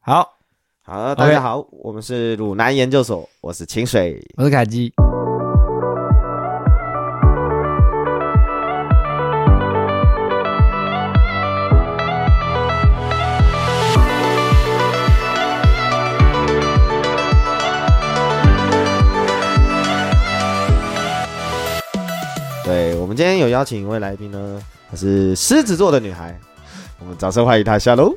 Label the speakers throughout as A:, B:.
A: 好，
B: 好，大家好我们是鲁南研究所，我是清水。
A: 我是凯基。
B: 对我们今天有邀请一位来宾呢，她是狮子座的女孩，我们掌声欢迎她下喽。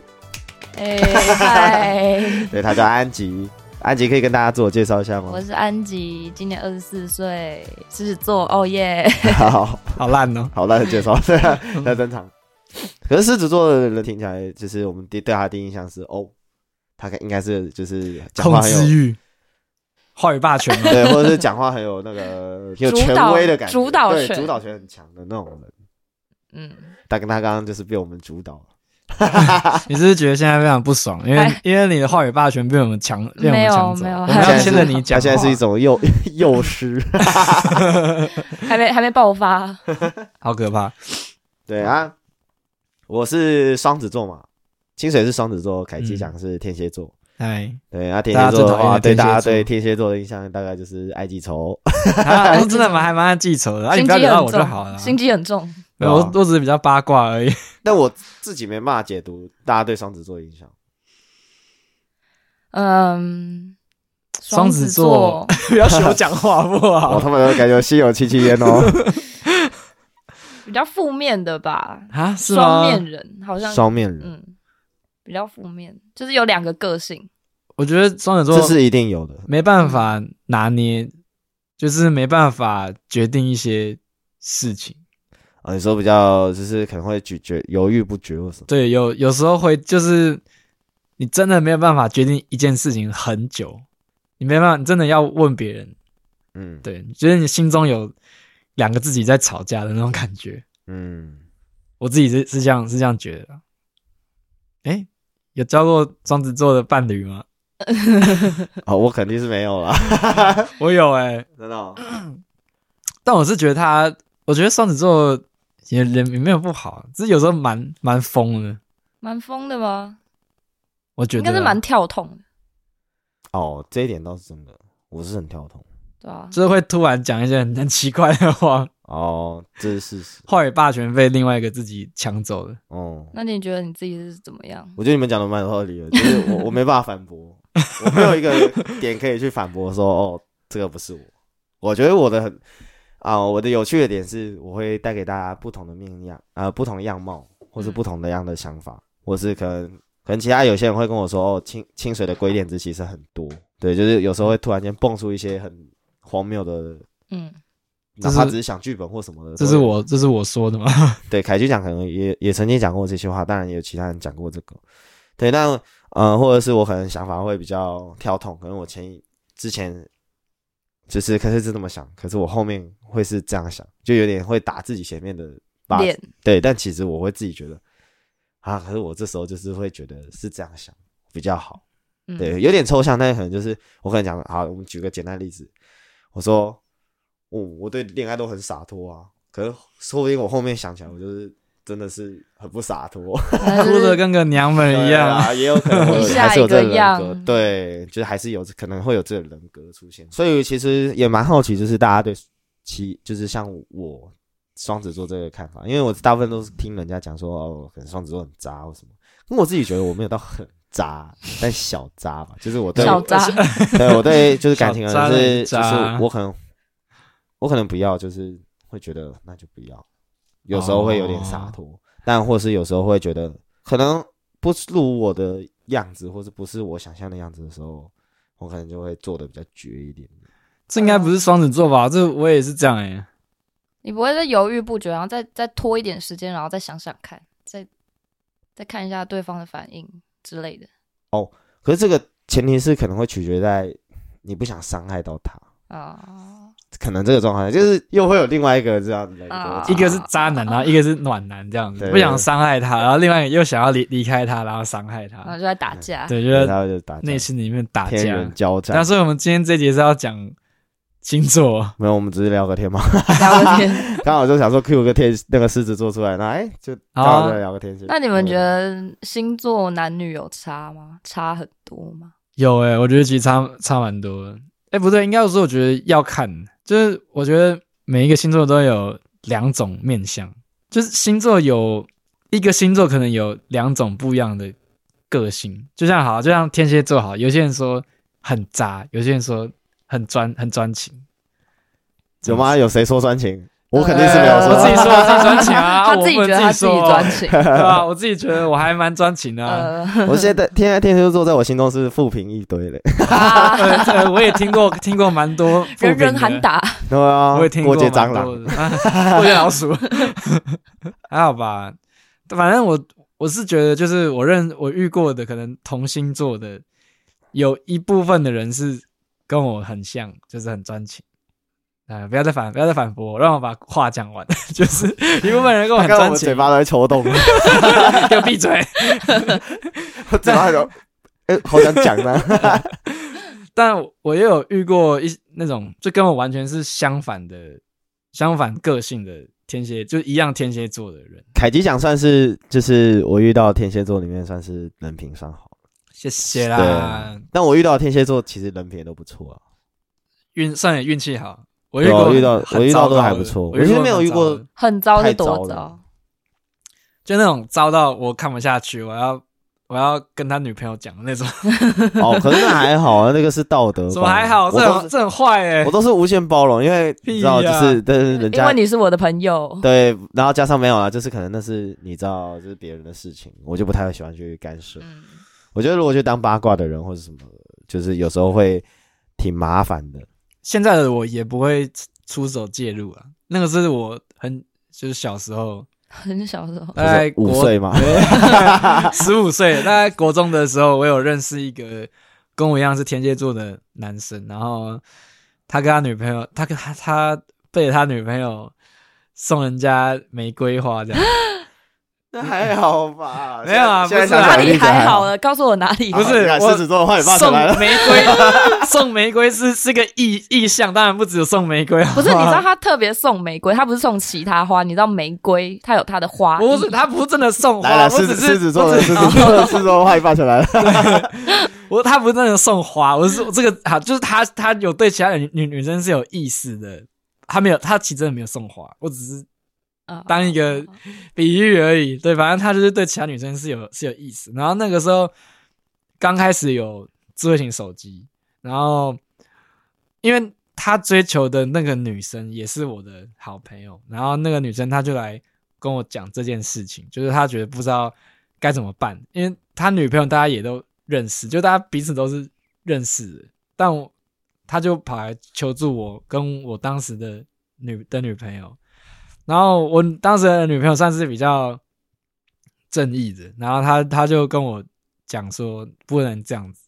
C: 哎、嗨，
B: 对，她叫安吉， 安吉可以跟大家自我介绍一下吗
C: 我？是安吉，今年二十四岁，狮子座，哦耶！
B: 好
A: 好烂哦，
B: 好，那就介绍， 对啊，那正常。可是狮子座的人听起来，就是我们第对他第一印象是哦，他应该是就是讲
A: 控
B: 话很
A: 制
B: 有
A: 欲，话语霸权啊 嘛。
B: 对，或者是讲话很有那个有
C: 主
B: 权
C: 导
B: 威的感觉，
C: 主导
B: 对
C: 权
B: 主导权很强的那种人。
C: 嗯，
B: 但跟他刚刚就是被我们主导了。
A: 你是不是觉得现在非常不爽？因为
C: 哎
A: 因为你的话语霸权被我们抢，被我们抢走，
C: 没有没有
A: 我们要牵着你
B: 他
A: 讲话。
B: 现在是一种幼 幼师，
C: 还没还没爆发，
A: 好可怕，
B: 对啊，我是双子座嘛，清水是双子座，凯基
A: 嗯
B: 讲是天蝎座。
A: 哎，
B: 对啊，天
A: 大家
B: 蝎座的
A: 最讨厌
B: 话，
A: 的哎天蝎
B: 对大家
A: 座
B: 对天蝎座的印象大概就是爱记仇。
A: 啊我真的蛮还蛮爱记仇的，啊，你
C: 心
A: 不要
C: 机
A: 惹到
C: 很
A: 我就好了
C: 重，
A: 啊。
C: 心机很重。
A: 没有我我只是比较八卦而已。
B: 但我自己没办法解读大家对双子座的印象。
C: 嗯，
A: 双子座，不要学我讲话好不
B: 哦，
A: 好？
B: 他们感觉心有戚戚焉 哦。
C: 比较负面的吧，
A: 啊，是
C: 双
A: 吗？
C: 面人好像，
B: 双面人，
C: 嗯，比较负面，就是有两个个性，
A: 我觉得双子座
B: 这是一定有的。
A: 没办法拿捏，就是没办法决定一些事情。
B: 啊，你说比较就是可能会咀嚼、犹豫不决或什么。
A: 对，有有时候会就是你真的没有办法决定一件事情很久，你没办法，你真的要问别人。
B: 嗯，，
A: 对，就是你心中有两个自己在吵架的那种感觉。
B: 嗯，
A: 我自己是是这样是这样觉得的。哎，有交过双子座的伴侣吗？
B: 哦，我肯定是没 有啦，
A: 我有哎、
B: 真的哦。
A: 但我是觉得他，我觉得双子座也人也没有不好，只是有时候蛮蛮疯的。
C: 蛮疯的吗？
A: 我觉
C: 应
A: 得啊
C: 该是蛮，跳痛的，
B: 哦，这一点倒是真的，我是很跳通。
C: 对吧、
A: 就是会突然讲一些很很奇怪的话，
B: 哦，这是事实。
A: 话语霸权被另外一个自己抢走了。
B: 哦，
C: 那你觉得你自己是怎么样？
B: 我觉得你们讲的蛮有道理的，就是我 我没办法反驳，我没有一个点可以去反驳说哦，这个不是我。我觉得我的很啊、我的有趣的点是，我会带给大家不同的面样啊、呃不同的样貌，或是
C: 嗯
B: 不同的样的想法，或是可能可能其他有些人会跟我说哦，清清水的鬼点子其实很多，对，就是有时候会突然间蹦出一些很荒谬的，
C: 嗯，
A: 这
B: 哪
A: 是
B: 怕只是想剧本或什么的，
A: 这是我这是我说的吗？
B: 对，凯军讲可能也也曾经讲过这些话，当然也有其他人讲过这个。对，但呃，或者是我可能想法会比较跳痛，可能我前一之前就是可是是这么想，可是我后面会是这样想，就有点会打自己前面的巴
C: 脸，
B: 对，但其实我会自己觉得啊，可是我这时候就是会觉得是这样想比较好。
C: 嗯，
B: 对，有点抽象，但是可能就是我可能讲，好，我们举个简单例子，我说，哦，我对恋爱都很洒脱啊，可是说不定我后面想起来，我就是真的是很不 洒脱，
C: 那就
A: 哭
C: 是
A: 的跟个娘们一
B: 对
A: 样。
B: 啊，也有可能我
C: 一
B: 还
C: 下
B: 是有
C: 一
B: 这
C: 个
B: 个人格
C: 样，
B: 对，就是还是有可能会有这个人格出现，所以其实也蛮好奇，就是大家对其就是像我双子座这个看法，因为我大部分都是听人家讲说，哦，可能双子座很渣或什么，因为我自己觉得我没有到很渣，但小渣吧，就是我对
C: 小 渣，
B: 对我对就是感情可能是
A: 小渣
B: 就
A: 啊
B: 是
A: 男渣
B: 我可能我可能不要，就是会觉得那就不要，有时候会有点
A: 哦
B: 洒脱，但或是有时候会觉得可能不如我的样子，或是不是我想象的样子的时候，我可能就会做的比较绝一点。
A: 这应该不是双子座吧？这我也是这样哎、
C: 你不会再犹豫不决，然后再再拖一点时间，然后再想想看，再再看一下对方的反应之类的
B: 可是这个前提是可能会取决在你不想伤害到他，
C: 啊。
B: 可能这个状况就是又会有另外一个这样的人跟我
C: 啊
B: 讲
A: 一个是渣男，然后一个是暖男，这样子
B: 对
A: 不想伤害他，然后另外一个又想要离离开他，然后伤害
C: 然后
A: 他，
C: 就在打架，
A: 啊对，就
B: 对
A: 是
B: 他就打架
A: 内心里面打
B: 天
A: 架
B: 人。交
A: 那
B: 战，
A: 所以我们今天这节是要讲星座，
B: 没有，我们只是聊个天嘛。
C: 聊个天。
B: 刚好就想说 Q 个天那个狮子座出来，那哎就刚好就聊个天蝎。
C: 那你们觉得星座男女有差吗？差很多吗？
A: 有诶、我觉得其实差差蛮多的。哎、不对，应该说我觉得要看，就是我觉得每一个星座都有两种面相，就是星座有一个星座可能有两种不一样的个性，就像好，就像天蝎座好，有些人说很渣，有些人说很专很专情，
B: 有吗？有谁说专情？我肯定是没有
A: 我自己
B: 说。
A: 说我自己专情啊，
C: 呃他自己
A: 我不
C: 觉得
A: 能
C: 他
A: 自
C: 自己
A: 说啊
C: 专情。
A: 对吧、我自己觉得我还蛮专情的、 啊。
C: 呃，
B: 我现在天蝎天蝎座在我心中是负评一堆嘞。
C: 啊
A: 呃，对我也听过听过蛮多负评
C: 人
A: 的
C: 人喊，打，
B: 对啊，
A: 我也听过
B: 过街
A: 蛮
B: 蟑
A: 多
B: 螂。
A: 的，啊过街 老鼠，还好吧。反正我我是觉得，就是我认我遇过的可能同星座的，有一部分的人是跟我很像，就是很专情。啊！不要再反，不要再反驳我，让我把话讲完。 就是一部分人跟我
B: 刚
A: 很
B: 刚
A: 专
B: 我
A: 情
B: 嘴，巴都在抽动，
A: 给我闭嘴。
B: 我嘴巴有，哎，好想讲呢。
A: 但我也有遇过一那种，就跟我完全是相反的、相反个性的天蝎，就一样天蝎座的人。
B: 凯基奖算是就是我遇到天蝎座里面算是人品算好，
A: 谢谢啦，
B: 但我遇到的天蝎座其实人品也都不错啊。
A: 运算也运气好。我遇
B: 对啊
A: 过
B: 我遇到
A: 很
B: 我遇到
A: 糟糕
B: 都还
A: 的
B: 不错
A: 我
B: 我其实
A: 过
B: 没有
A: 很
B: 遇
A: 糟
B: 过
A: 的
C: 很糟是多
B: 太糟了
C: 糟？
A: 就那种糟到我看不下去，我要我要跟他女朋友讲的那种。
B: 哦，可是那还好啊，那个是道德 观。
A: 怎么还好？
B: 我
A: 这
B: 都
A: 很
B: 是
A: 这很坏哎、
B: 我都是无限包容，因为
A: 屁
B: 你知道，就
A: 呀
B: 是但是人
C: 因
B: 家
C: 为你是我的朋友，
B: 对，然后加上没有啊，就是可能那是你知道，就是别人的事情，我就不太喜欢去干涉。
C: 嗯，
B: 我觉得如果去当八卦的人或者什么，就是有时候会挺麻烦的。
A: 现在的我也不会出出手介入啊。那个是我很就是小时 候
C: 很小时候
A: 大概
B: 五
A: 哎国
B: 岁嘛，
A: 十五岁，大概国中的时候，我有认识一个跟我一样是天蝎座的男生，然后他跟他女朋友，他跟他他背着他女朋友送人家玫瑰花这样，
B: 那还好 吧
A: 没有啊
B: 现在
A: 不是
B: 现
A: 啊
B: 在想
C: 哪
B: 想一
C: 里
B: 定觉得
C: 还好
B: 啊
C: 了？告诉我哪里
A: 不是
B: 你看
A: 我
B: 狮子座的话也放出
A: 送
B: 来了。
A: 玫 瑰，送玫瑰是是个意意象，当然不只有送玫瑰啊，
C: 不是，你知道他特别送玫瑰，他不是送其他花，你知道玫瑰它有它的花
A: 不是他不是真的送
B: 来
A: 花，
B: 来，
A: 我
B: 狮
A: 只
B: 子
A: 是
B: 狮子座
A: 我
B: 的
A: 只
B: 狮子 座的狮子座的话也放出来了。
A: 我他不是那种送花，我是我这个好，就是他他有对其他的女女女生是有意思的，他没有他其实真的没有送花，我只是
C: 啊
A: 当一个比喻而已，对，反正他就是对其他女生是有是有意思。然后那个时候刚开始有智慧型手机，然后因为他追求的那个女生也是我的好朋友，然后那个女生她就来跟我讲这件事情，就是她觉得不知道该怎么办，因为他女朋友大家也都认识，就大家彼此都是认识的，但我他就跑来求助我跟我当时的女的女朋友，然后我当时的女朋友算是比较正义的，然后她她就跟我讲说不能这样子，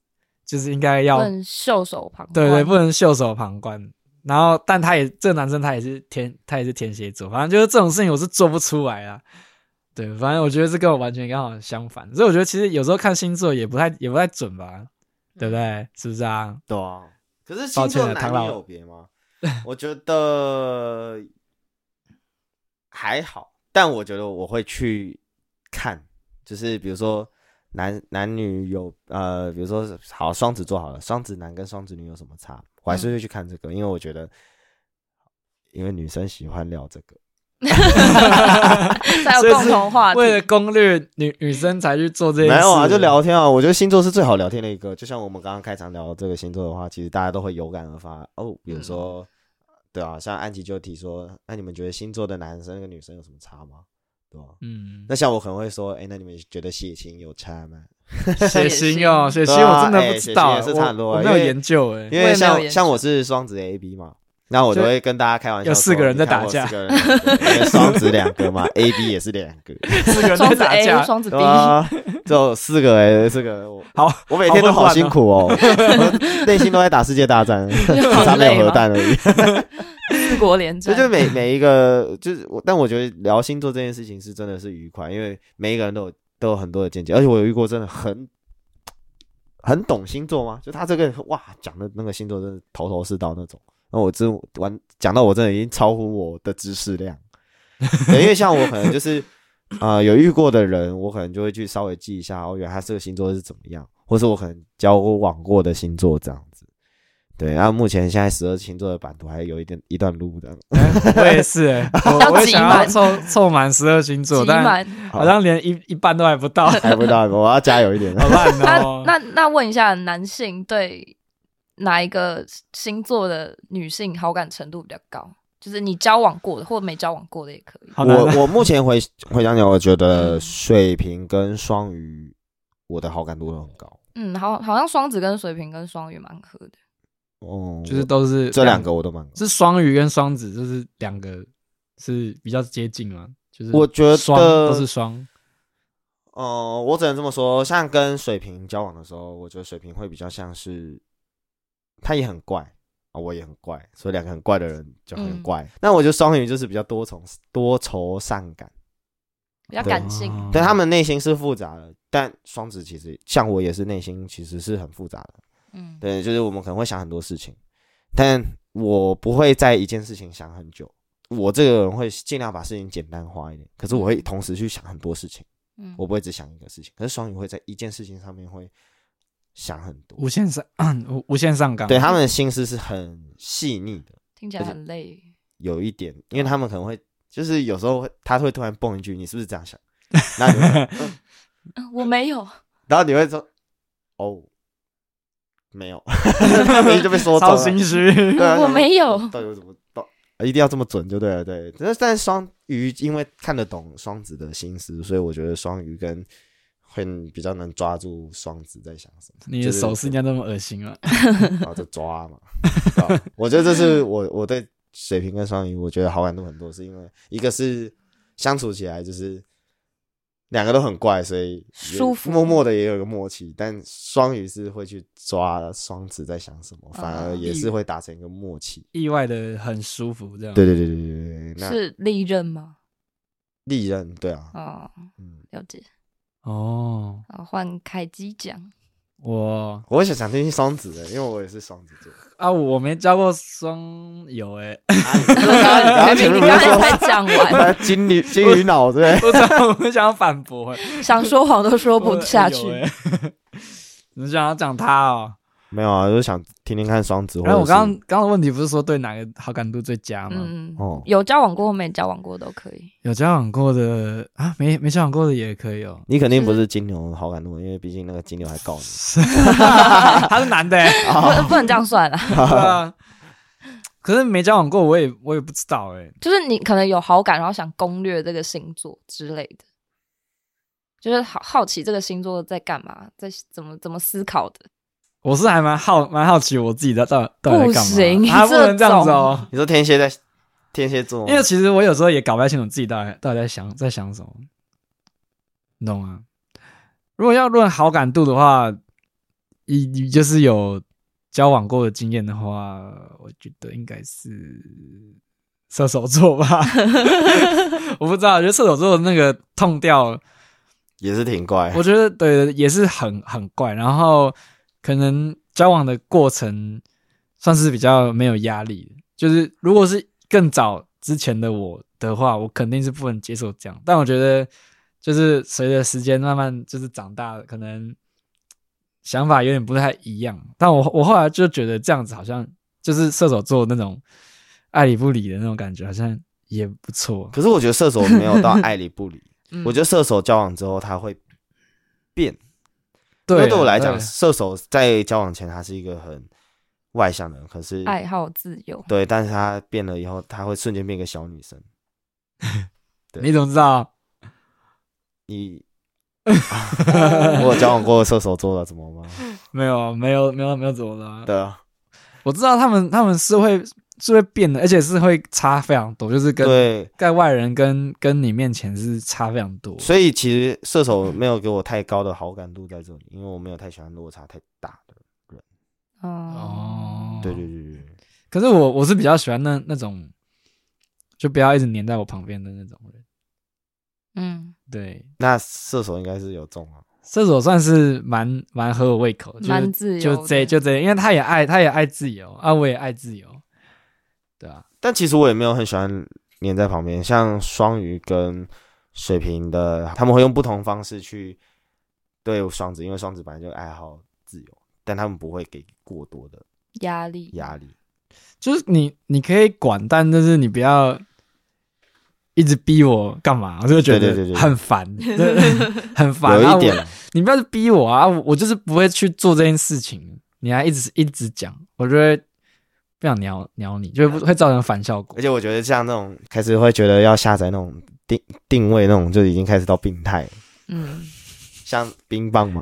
A: 就是应该 要
C: 很袖手旁观，
A: 对对，不能袖手旁观。然后，但他也这个男生他也是天，他也是天蝎座，反正就是这种事情我是做不出来啊。对，反正我觉得这跟我完全刚好相反，所以我觉得其实有时候看星座也不太也不太准吧，
C: 嗯
A: 对不对？是不是啊？
B: 对啊，可是
A: 抱
B: 星
A: 歉
B: 座
A: 了唐老
B: 男女有别吗？我觉得还好，但我觉得我会去看，就是比如说男男女有呃，比如说好双子座好了，双子男跟双子女有什么差？我还是会去看这个，因为我觉得，因为女生喜欢聊这个，
C: 才有共同话题。
A: 为了攻略女女生才去做这件事，
B: 没有啊，就聊天啊。我觉得星座是最好聊天的一个，就像我们刚刚开场聊这个星座的话，其实大家都会有感而发哦。比
A: 嗯
B: 如说，对啊，像安琪就提说，那你们觉得星座的男生跟女生有什么差吗？对吧、
A: 嗯
B: 那，像我可能会说，哎、那你们觉得血型有差吗？
A: 血型哦，血
B: 对
A: 型
B: 啊
A: 我真的不知道，
B: 哎血型也是差很多
A: 我
B: 啊
A: 我没有
B: 因为
A: 研究哎、
B: 因
C: 我也
B: 为
C: 没有
B: 像
C: 研究
B: 像我是双子 A B 嘛，那我就
A: 就
B: 会跟大家开玩笑说，
A: 有四个人在打
B: 你看我
A: 架
B: 四个人因为双子两个嘛，A B 也是两个，
A: 四个人
C: 双
A: 在
C: 子
A: 打
C: A、
A: 架，
C: 双子 B，
B: 对啊， 就四个哎、四个我。
A: 好，
B: 我每天都好辛苦哦，我内心都在打世界大战，只差没有核弹而已。
C: 四国联
B: 所
C: 战
B: 以，就每每一个就是我，但我觉得聊星座这件事情是真的是愉快，因为每一个人都有都有很多的见解，而且我有遇过真的很很懂星座吗？就他这个人哇讲的那个星座真的头头是道那种，那我真完讲到我真的已经超乎我的知识量，对，因为像我可能就是呃有遇过的人，我可能就会去稍微记一下，哦，原来他这个星座是怎么样，或是我可能交往过的星座这样子。对，然后目前现在十二星座的版图还有一点一段路的，
A: 我也是、欸， 我
C: 要
A: 我也
C: 挤
A: 想要
C: 满
A: 凑凑满十二星座，
C: 挤
A: 但
C: 满。
A: 好像连一一半都还不 到，
B: 还不到，我要加油一点。
A: 好烂
C: 那
A: 哦、
C: 那那问一下，男性对哪一个星座的女性好感程度比较高？就是你交往过的，或没交往过的也可以。
A: 好难啊
B: 我我目前回回想起来，我觉得水瓶跟双鱼，我的好感度都很高。
C: 嗯，好，好像双子跟水瓶跟双鱼蛮合的。
B: 哦，
A: 就是都是
B: 这两个我都蛮高。
A: 是双鱼跟双子，就是两个是比较接近嘛，就是
B: 我觉得
A: 双都是双，
B: 哦，我只能这么说，像跟水瓶交往的时候，我觉得水瓶会比较像是，他也很怪啊，我也很怪，所以两个很怪的人就很
C: 嗯
B: 怪。那我觉得双鱼就是比较多重多愁善感，
C: 比较
B: 对
C: 感性，
A: 啊
B: 对他们内心是复杂的，但双子其实像我也是内心其实是很复杂的。
C: 嗯，
B: 对，就是我们可能会想很多事情，但我不会在一件事情想很久。我这个人会尽量把事情简单化一点，可是我会同时去想很多事情，
C: 嗯
B: 我不会只想一个事情。可是双鱼会在一件事情上面会想很多，
A: 无限上 无无限上纲，
B: 对他们的心思是很细腻的，
C: 听起来很累。
B: 有一点，因为他们可能会就是有时候会他会突然蹦一句：“你是不是这样想？”然后你会，
C: 嗯我没有，
B: 然后你会说：“哦，没有。” 那明明就被说中
A: 超
B: 了。
A: 心虚，
B: 对啊
C: 我没有
B: 到底为什么到一定要这么准就对了，对。但是但是双鱼因为看得懂双子的心思，所以我觉得双鱼跟会比较能抓住双子在想什么，
A: 你的手势应该那么恶心啊！
B: 然后就抓嘛。对吧我觉得这是我我对水瓶跟双鱼，我觉得好感度很多，是因为一个是相处起来就是。两个都很怪，所以也
C: 舒服
B: 默默的也有一个默契。但双鱼是会去抓双子在想什么，反而也是会达成一个默契。
A: 意外的很舒服，这样
B: 对对对对对对对，那
C: 是利刃吗？
B: 利刃，对啊，
C: 哦，
B: 嗯，
C: 了解。
A: 哦，
C: 好，换凯 基讲。
A: 我
B: 我想想听听双子的，因为我也是双子 座。
A: 啊，我没交过双友哎、
B: 啊然后前面
C: 明明你
B: 不
C: 刚
B: 是
C: 才才
B: 说
C: 讲完，
B: 金鱼金鱼脑对不
A: 不
B: 对？
A: 知道我们想要反驳、欸，
C: 想说谎都说不下去
A: 我。有欸 你想要讲他哦？
B: 没有啊，就是想听听看双子。
A: 然后我
B: 或者是
A: 刚刚刚的问题不是说对哪个好感度最佳吗？
C: 嗯，
B: 哦，。
C: 有交往过或没交往过都可以。
A: 有交往过的啊，没没交往过的也可以 哦
B: 你肯定不是金牛好感度，因为毕竟那个金牛还告你。
A: 他是男的、欸，
B: 哦
C: 不不能这样算啊，
A: 对啊。可是没交往过，我也我也不知道哎、
C: 就是你可能有好感，然后想攻略这个星座之类的，就是好好奇这个星座在干嘛，在怎么怎么思考的。
A: 我是还蛮好蛮好奇我自己在到到底在干嘛，
C: 不行
A: 啊、不能这样子哦、
B: 你说天蝎在天蝎座吗，
A: 因为其实我有时候也搞不太清楚自己到底到底在想在想什么，你懂吗？如果要论好感度的话，以你就是有交往过的经验的话，我觉得应该是 射手座吧。我不知道，我觉得射手座的那个痛调，
B: 也是挺怪。
A: 我觉得对也是很很怪，然后可能交往的过程算是比较没有压力的。就是如果是更早之前的我的话，我肯定是不能接受这样。但我觉得就是随着时间慢慢就是长大，可能想法有点不太一样。但我我后来就觉得这样子好像就是射手座那种爱理不理的那种感觉，好像也不错。
B: 可是我觉得射手没有到爱理 不理，
C: 嗯
B: 我觉得射手交往之后他会变。因
A: 对
B: 为
A: 啊，
B: 对我来讲，
A: 对啊
B: 射手在交往前他是一个很外向的人，可是
C: 爱好自由，
B: 对，但是他变了以后，他会瞬间变一个小女生。对
A: 你怎么知道？
B: 你 我有交往过射手座的，怎么吗？
A: 没有，没有，没有，没有怎么了？
B: 对啊，
A: 我知道他们他们是会是会变的，而且是会差非常多，就是跟
B: 对，
A: 在外人跟跟你面前是差非常多。
B: 所以其实射手没有给我太高的好感度在这里，因为我没有太喜欢落差太大的。
C: 嗯哦，
B: 对对对对对，
A: 可是我我是比较喜欢那那种，就不要一直黏在我旁边的那种人。
C: 嗯，
A: 对，
B: 那射手应该是有中啊。
A: 射手算是蛮蛮合我胃口，就是
C: 蛮自由
A: 就
C: 的，
A: 这就这，因为他也爱他也爱自由啊，我也爱自由，对啊，
B: 但其实我也没有很喜欢黏在旁边，像双鱼跟水瓶的，他们会用不同方式去对双子，因为双子本来就爱好自由，但他们不会给过多的
C: 压力，
B: 压力。
A: 就是你你可以管，但就是你不要一直逼我干嘛，我就觉
B: 对
A: 得
B: 对对对
A: 很烦， 对很烦。
B: 有一
A: 啊
B: 点
A: 我，你不要逼我啊，我我就是不会去做这件事情，你还一直一直讲，我就会不想鸟鸟你，就会
B: 啊
A: 会造成反效果
B: 而。且我觉得像那种开始会觉得要下载那种定定位那种，就已经开始到病态了，
C: 嗯，
A: 哦
B: 像冰棒 嘛，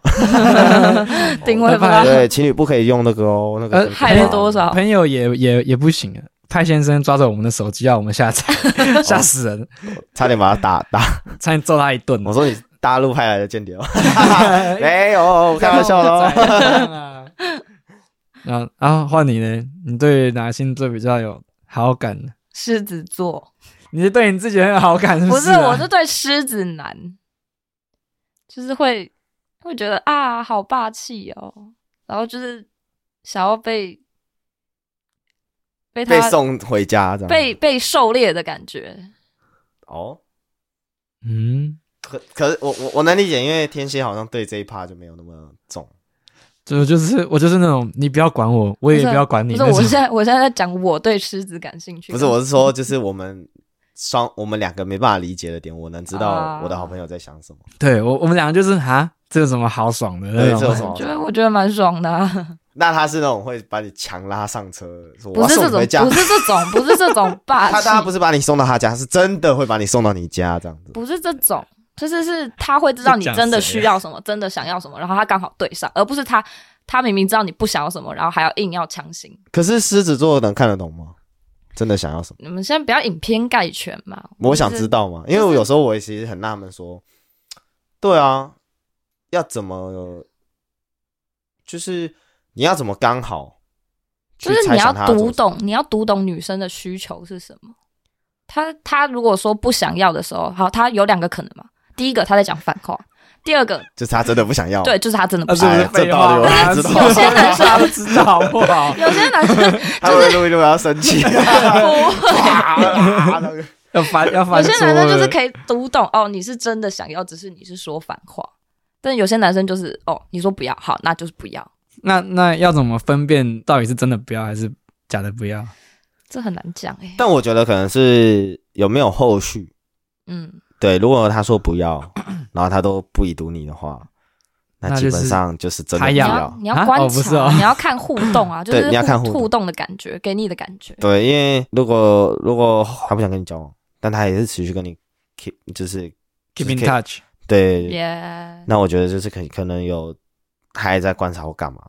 C: 定位不
A: 拜拜
C: 到，
B: 对，情侣不可以用那个哦，那个
A: 呃
B: 真的
C: 害了 多少？
A: 朋友也也也不行啊，派先生抓着我们的手机要我们下载， 吓死人，
B: 差点把他打打。
A: 差点揍他一顿。
B: 我说 你大陆派来的间谍哦，
C: 哎
B: 没有，开玩笑的哦。
A: 喽。然后，然后换你呢？你对哪个星座比较有好感呢？
C: 狮子座
A: 你是对你自己很有好感，是
C: 不
A: 是
C: 是，
A: 啊、
C: 我是对狮子男，就是会会觉得啊，好霸气哦，然后就是想要被被他
B: 被送回家这样。
C: 被被狩猎的感觉，
B: 哦，
A: 嗯，
B: 可可是我我我能理解，因为天蝎好像对这一趴就没有那么重。
A: 就就是我就是那种你不要管我，我也
C: 不是
A: 不
B: 啊
A: 要管你
C: 不是，
A: 那
C: 我
A: 种。
C: 现在我现在在讲我对狮子感兴趣，
B: 不是，我是说，就是我们双我们两个没办法理解的点，我能知道
C: 啊
B: 我的好朋友在想什么。
A: 对我我们两个就是哈，这有什么好爽的
B: 对
A: 那
B: 这有什
A: 种？
B: 么好
C: 觉得我觉得蛮爽的、啊，
B: 那他是那种会把你强拉上车，说我
C: 不
B: 要
C: 是
B: 送
C: 这
B: 你回家
C: 种，不。是这种，不是这种霸
B: 他
C: 气，
B: 他不是把你送到他家，是真的会把你送到你家这样子。
C: 不是这种，就是是他会知道你真的需要什么，真的想要什么，然后他刚好对上，而不是他他明明知道你不想要什么，然后还要硬要强行。
B: 可是狮子座能看得懂吗？真的想要什么？
C: 你们现在不要以偏概全嘛。
B: 我想
C: 就是
B: 知道嘛，因为我有时候我其实很纳闷，说，对啊，要怎么，就是你要怎么刚好去
C: 就是
B: 猜
C: 你要
B: 想他要
C: 读
B: 做什么，
C: 懂，你要读懂女生的需求是什么。他他如果说不想要的时候，好，他有两个可能嘛。第一个他在讲反话，第二个
B: 就是他真的不想要，
C: 对，就是他真的不
A: 啊，
C: 想
A: 是
C: 要。
A: 不是
B: 哎
A: 废
B: 这道
A: 话？
B: 理我
A: 大家
B: 知道
C: 有些男生
A: 大家 都知道 好不好？
C: 有些男生
B: 他会录一录要生 气，
C: 不会，
A: 要翻要
C: 有
A: 翻桌
C: 些
A: 了。
C: 男生就是可以读懂哦，你是真的想要，只是你是说反话。但有些男生就是哦，你说不要，好，那就是不要，
A: 那那要怎么分辨到底是真的不要还是假的不要？
C: 这很难讲哎、
B: 但我觉得可能是有没有后续，
C: 嗯，
B: 对，如果他说不要， 然后他都不已读你的话，那
A: 那
B: 基
A: 就
B: 本
A: 是
B: 上就是真的
A: 他
B: 不
A: 要
B: 要，
C: 你要
A: 啊
C: 观察，
A: 哦不是哦
C: 你要看互 动啊，就
B: 对
C: 是
B: 你要看互动
C: 互动的感觉，给你的感觉。
B: 对，因为如果如果他不想跟你交往，但他也是持续跟你 keep，就是就
A: Keep
B: 是
A: in
B: 可以
A: touch，
B: 对
C: 耶，
B: 那我觉得就是可可能有他还在观察我干嘛。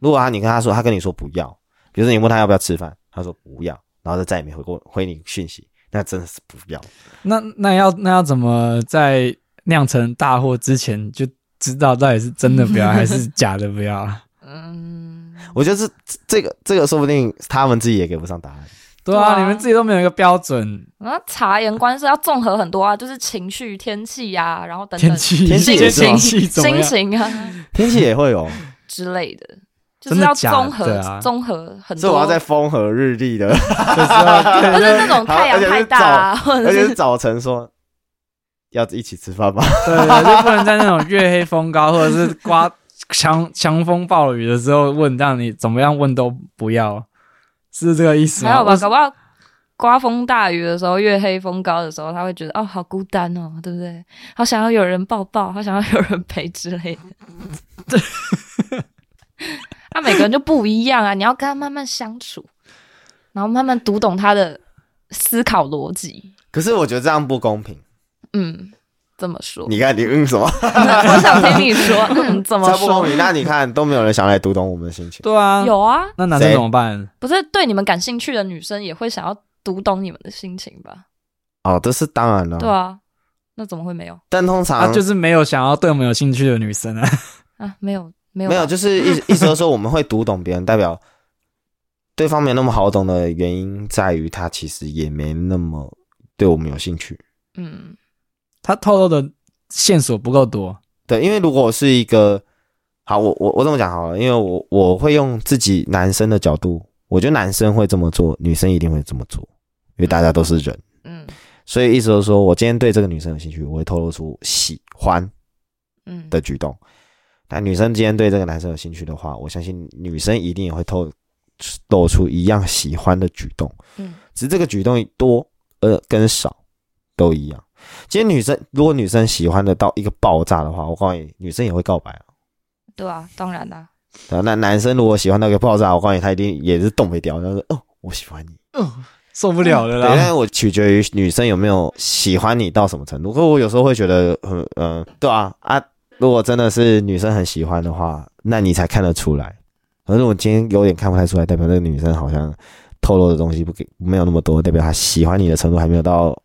B: 如果他你跟他说，他跟你说不要，比如说你问他要不要吃饭，他说不要，然后就再也没回过回你讯息，那真的是不要。
A: 那那要那要怎么在酿成大祸之前就知道到底是真的不 要还是假的不要？
C: 嗯，
B: 我觉得这这个这个说不定他们自己也给不上答案。
A: 对
C: 对
A: 啊，
C: 啊
A: 你们自己都没有一个标准，
C: 然后察言观色要综合很多啊，就是情绪、天气呀、然后等等
A: 天气
B: 天气也是
A: 天
B: 吗
A: 气怎么
C: 心
A: 样？
C: 情啊
B: 天气也会有，哦
C: 之类的，就
A: 真
C: 是
A: 的
C: 要
A: 假的
C: 综合
A: 啊
C: 综合很
B: 所以我要
C: 多，
B: 在风和日丽的，
C: 不 是那种
B: 好
C: 太阳
B: 而且是
C: 太大啊，或
B: 而
C: 者
B: 且
C: 是
B: 是早晨说要一起吃饭吧。
A: 对对，对就不能在那种月黑风高或者是刮 强强风暴雨的时候问，让你怎么样问都不要，是这个意思
C: 还
A: 吗？
C: 有吧，
A: 我是
C: 搞不好刮风大雨的时候，月黑风高的时候，他会觉得哦，好孤单哦，对不对？好想要有人抱抱，好想要有人陪之类的。那、每个人就不一样啊，你要跟他慢慢相处，然后慢慢读懂他的思考逻辑。
B: 可是我觉得这样不公 平。
C: 嗯，这么说，
B: 你 看你嗯什么？
C: 我想听你说， 嗯，怎么
B: 这不公
C: 说？
B: 平。那你看都没有人想来读懂我们的心 情。
A: 对啊，
C: 有啊，
A: 那男生
B: 谁
A: 怎么办？
C: 不是对你们感兴趣的女生也会想要读懂你们的心情吧？
B: 哦，这是当然了。
C: 对啊，那怎么会没有？
B: 但通常、
A: 啊，就是没有想要对我们有兴趣的女生啊。
B: 嗯
C: 啊，没有，没有吧，
B: 没有，就是意 思意思就是说我们会读懂别人，代表对方没那么好懂的原因在于他其实也没那么对我们有兴趣。
C: 嗯，
A: 他透露的线索不够多，
B: 对，因为如果是一个好，我我我这么讲好了，因为我我会用自己男生的角度我觉得男生会这么做，女生一定会这么做，因为大家都是人，
C: 嗯
B: 所以意思就是说我今天对这个女生有兴趣，我会透露出喜欢
C: 嗯，
B: 的举动。但女生今天对这个男生有兴趣的话，我相信女生一定也会透露出一样喜欢的举动，
C: 嗯
B: 只是这个举动多呃跟少呃都一样。今天女生如果女生喜欢的到一个爆炸的话，我告诉你，女生也会告白啊。
C: 对啊，当然啦、
B: 对啊那男生如果喜欢到一个爆炸，我告诉你，他一定也是冻没掉，他说哦，我喜欢你。
A: 受不了了
B: 对，但
A: 啦。
B: 是我取决于女生有没有喜欢你到什么程度。可我有时候会觉得，嗯嗯，对啊啊，如果真的是女生很喜欢的话，那你才看得出来。可是我今天有点看不太出来，代表这个女生好像透露的东西不给没有那么多，代表她喜欢你的程度还没有到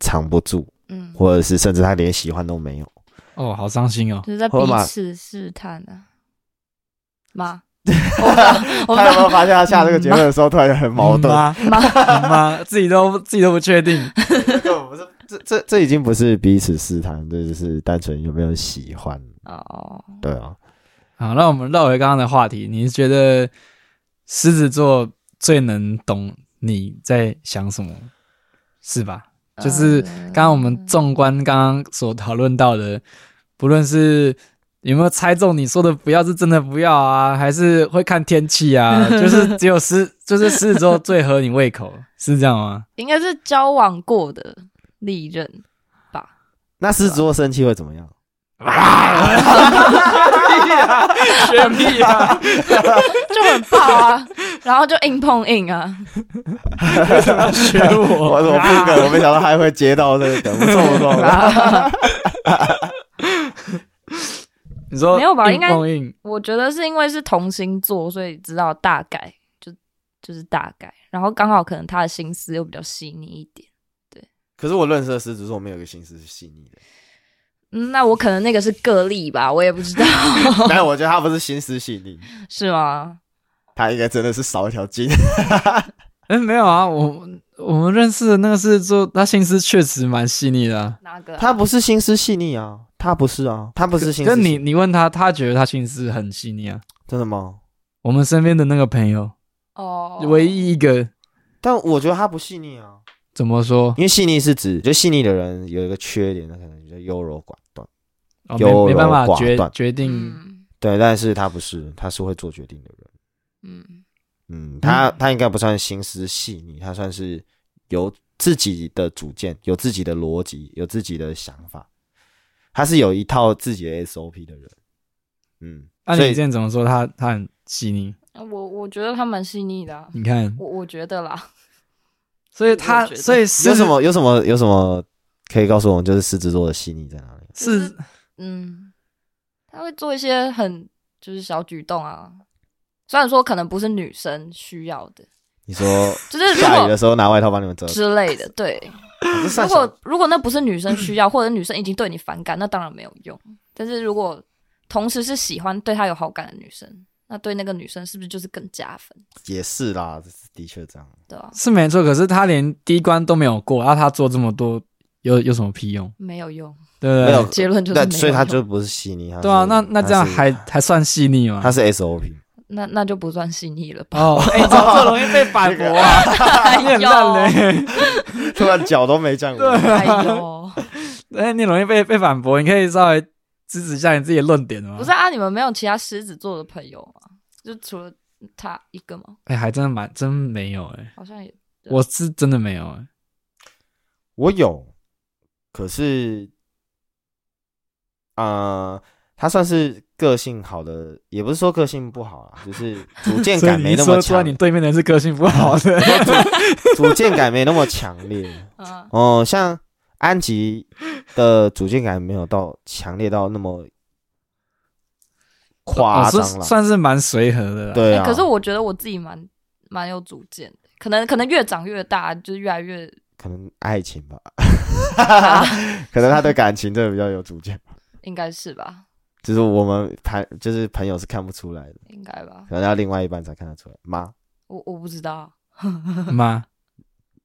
B: 藏不住，
C: 嗯，
B: 或者是甚至她连喜欢都没有。
A: 哦，好伤心哦。
C: 就是在彼
B: 或者嘛
C: 此试探啊。 妈，我不知道，我不
B: 她有
C: 知
B: 没有发现她下这个结论的时候突然很矛 盾？
A: 妈
C: 道妈，
A: 妈，自己都自己都不确定。
B: 这个不是这这这已经不是彼此试探，这就是单纯有没有喜欢。
C: 哦，
B: 对啊，
A: 好，那我们绕回刚刚的话题，你觉得狮子座最能懂你在想什么，是吧？ 就是刚
C: 刚
A: 刚我
C: 嗯
A: 们纵观刚刚所讨论到的，不论是有没有猜中你说的不要是真的不要啊，还是会看天气啊， 就是只有狮，就是狮子座最合你胃口，是这样 吗？
C: 应该是交往过的利刃吧？
B: 那狮子座生气会怎么样？
A: 选屁啊！
C: 就很怕啊，然后就硬碰硬啊，
A: 为什么要选我？
B: 我怎么不梗？我没想到还会接到这个梗，不错不错。不 错
C: 啊
A: 你说
C: 没有吧
A: 硬
C: 应该
A: 碰硬
C: 我觉得是因为是同星座，所以知道大概就就是大概，然后刚好可能他的心思又比较细腻一点。
B: 可是我认识的狮子座没有一个心思是细腻的，
C: 嗯，那我可能那个是个例吧，我也不知道，
B: 但我觉得他不是心思细腻，
C: 是吗？
B: 他应该真的是少一条筋。
A: 哎，没有啊，我我们认识的那个是做他心思确实蛮细腻的、啊，
C: 哪个啊、
B: 他不是心思细腻啊，他不是啊，他不是心思
A: 跟
B: 细腻。
A: 你你问他，他觉得他心思很细腻啊。
B: 真的吗？
A: 我们身边的那个朋友，
C: 哦，
A: 唯一一个
B: 但我觉得他不细腻啊，
A: 怎么说？
B: 因为细腻是指，就细腻的人有一个缺点，他可能比较优柔寡断。
A: 哦、
B: 优柔
A: 没没办法
B: 寡
A: 决
B: 断
A: 决定，
C: 嗯
B: 对，但是他不是，他是会做决定的人。
C: 嗯
B: 嗯，他他应该不算心思细腻，他算是有自己的主见，有自己的逻辑，有自己的想法，他是有一套自己的 SOP 的人。嗯，
A: 那、
B: 所
A: 你
B: 以
A: 之前怎么说他他很细腻？
C: 嗯我我觉得他蛮细腻的啊、
A: 你看，
C: 我我觉得啦，
A: 所以
C: 我
A: 他
C: 觉得
A: 所以是
B: 有什么有什么有什么可以告诉我们，就是狮子座的细腻在哪里？
A: 是
C: 嗯，他会做一些很就是小举动啊，虽然说可能不是女生需要的，
B: 你说
C: 就是如
B: 下雨
C: 果
B: 的时候拿外套帮你们遮，
C: 之类的，对。
B: 哦这算
C: 如
B: 什么
C: 果如果那不是女生需要，或者女生已经对你反感，那当然没有用。但是如果同时是喜欢对她有好感的女生，那对那个女生是不是就是更加分，
B: 也是啦，这是的确这样。
C: 对吧、
A: 是没错，可是他连第一关都没有过，那、他做这么多有有什么屁用？
C: 没有用，
A: 对不对？
B: 没有
C: 结论就是没有
B: 哦那
C: 用。
B: 所以他就不是细腻，他是
A: 对啊，那那这样
B: 他是
A: 还还算细腻吗
B: 他？是 SOP。
C: 那那就不算细腻了吧？
A: 哦，哎、怎么这容易被反驳 啊？
C: 哦
A: 你很烂嘞、
B: 突然脚都没站稳，
C: 哎呦，
A: 哎，你容易被被反驳，你可以稍微支持一下你自己的论点吗？
C: 不是，啊，你们没有其他狮子座的朋友吗？就除了他一个吗？
A: 哎、还真的蛮真没有哎、
C: 好像也对
A: 我是真的没有哎、
B: 我有，可是，呃，他算是个性好的，也不是说个性不好啊，就是 主见
A: 所以
B: 感
A: 你
B: 没
A: 一
B: 那
A: 说
B: 么
A: 出来
B: 强，
A: 你对面的人是个性不好 的，
B: 主见感没那么强烈。
C: 嗯
B: 哦、像安吉的主见感没有到强烈到那么夸
A: 哦是
B: 张了，
A: 算是蛮随和的啦。
B: 对啊、
C: 欸可是我觉得我自己蛮蛮有主见的，可能可能越长越大，就是越来越
B: 可能爱情吧，
C: 啊
B: 可能他对感情真的比较有主见吧，
C: 应该是吧，
B: 就是我们朋就是朋友是看不出来的。
C: 应该吧，
B: 可能要另外一半才看得出来。妈，
C: 我我不知道。
A: 妈，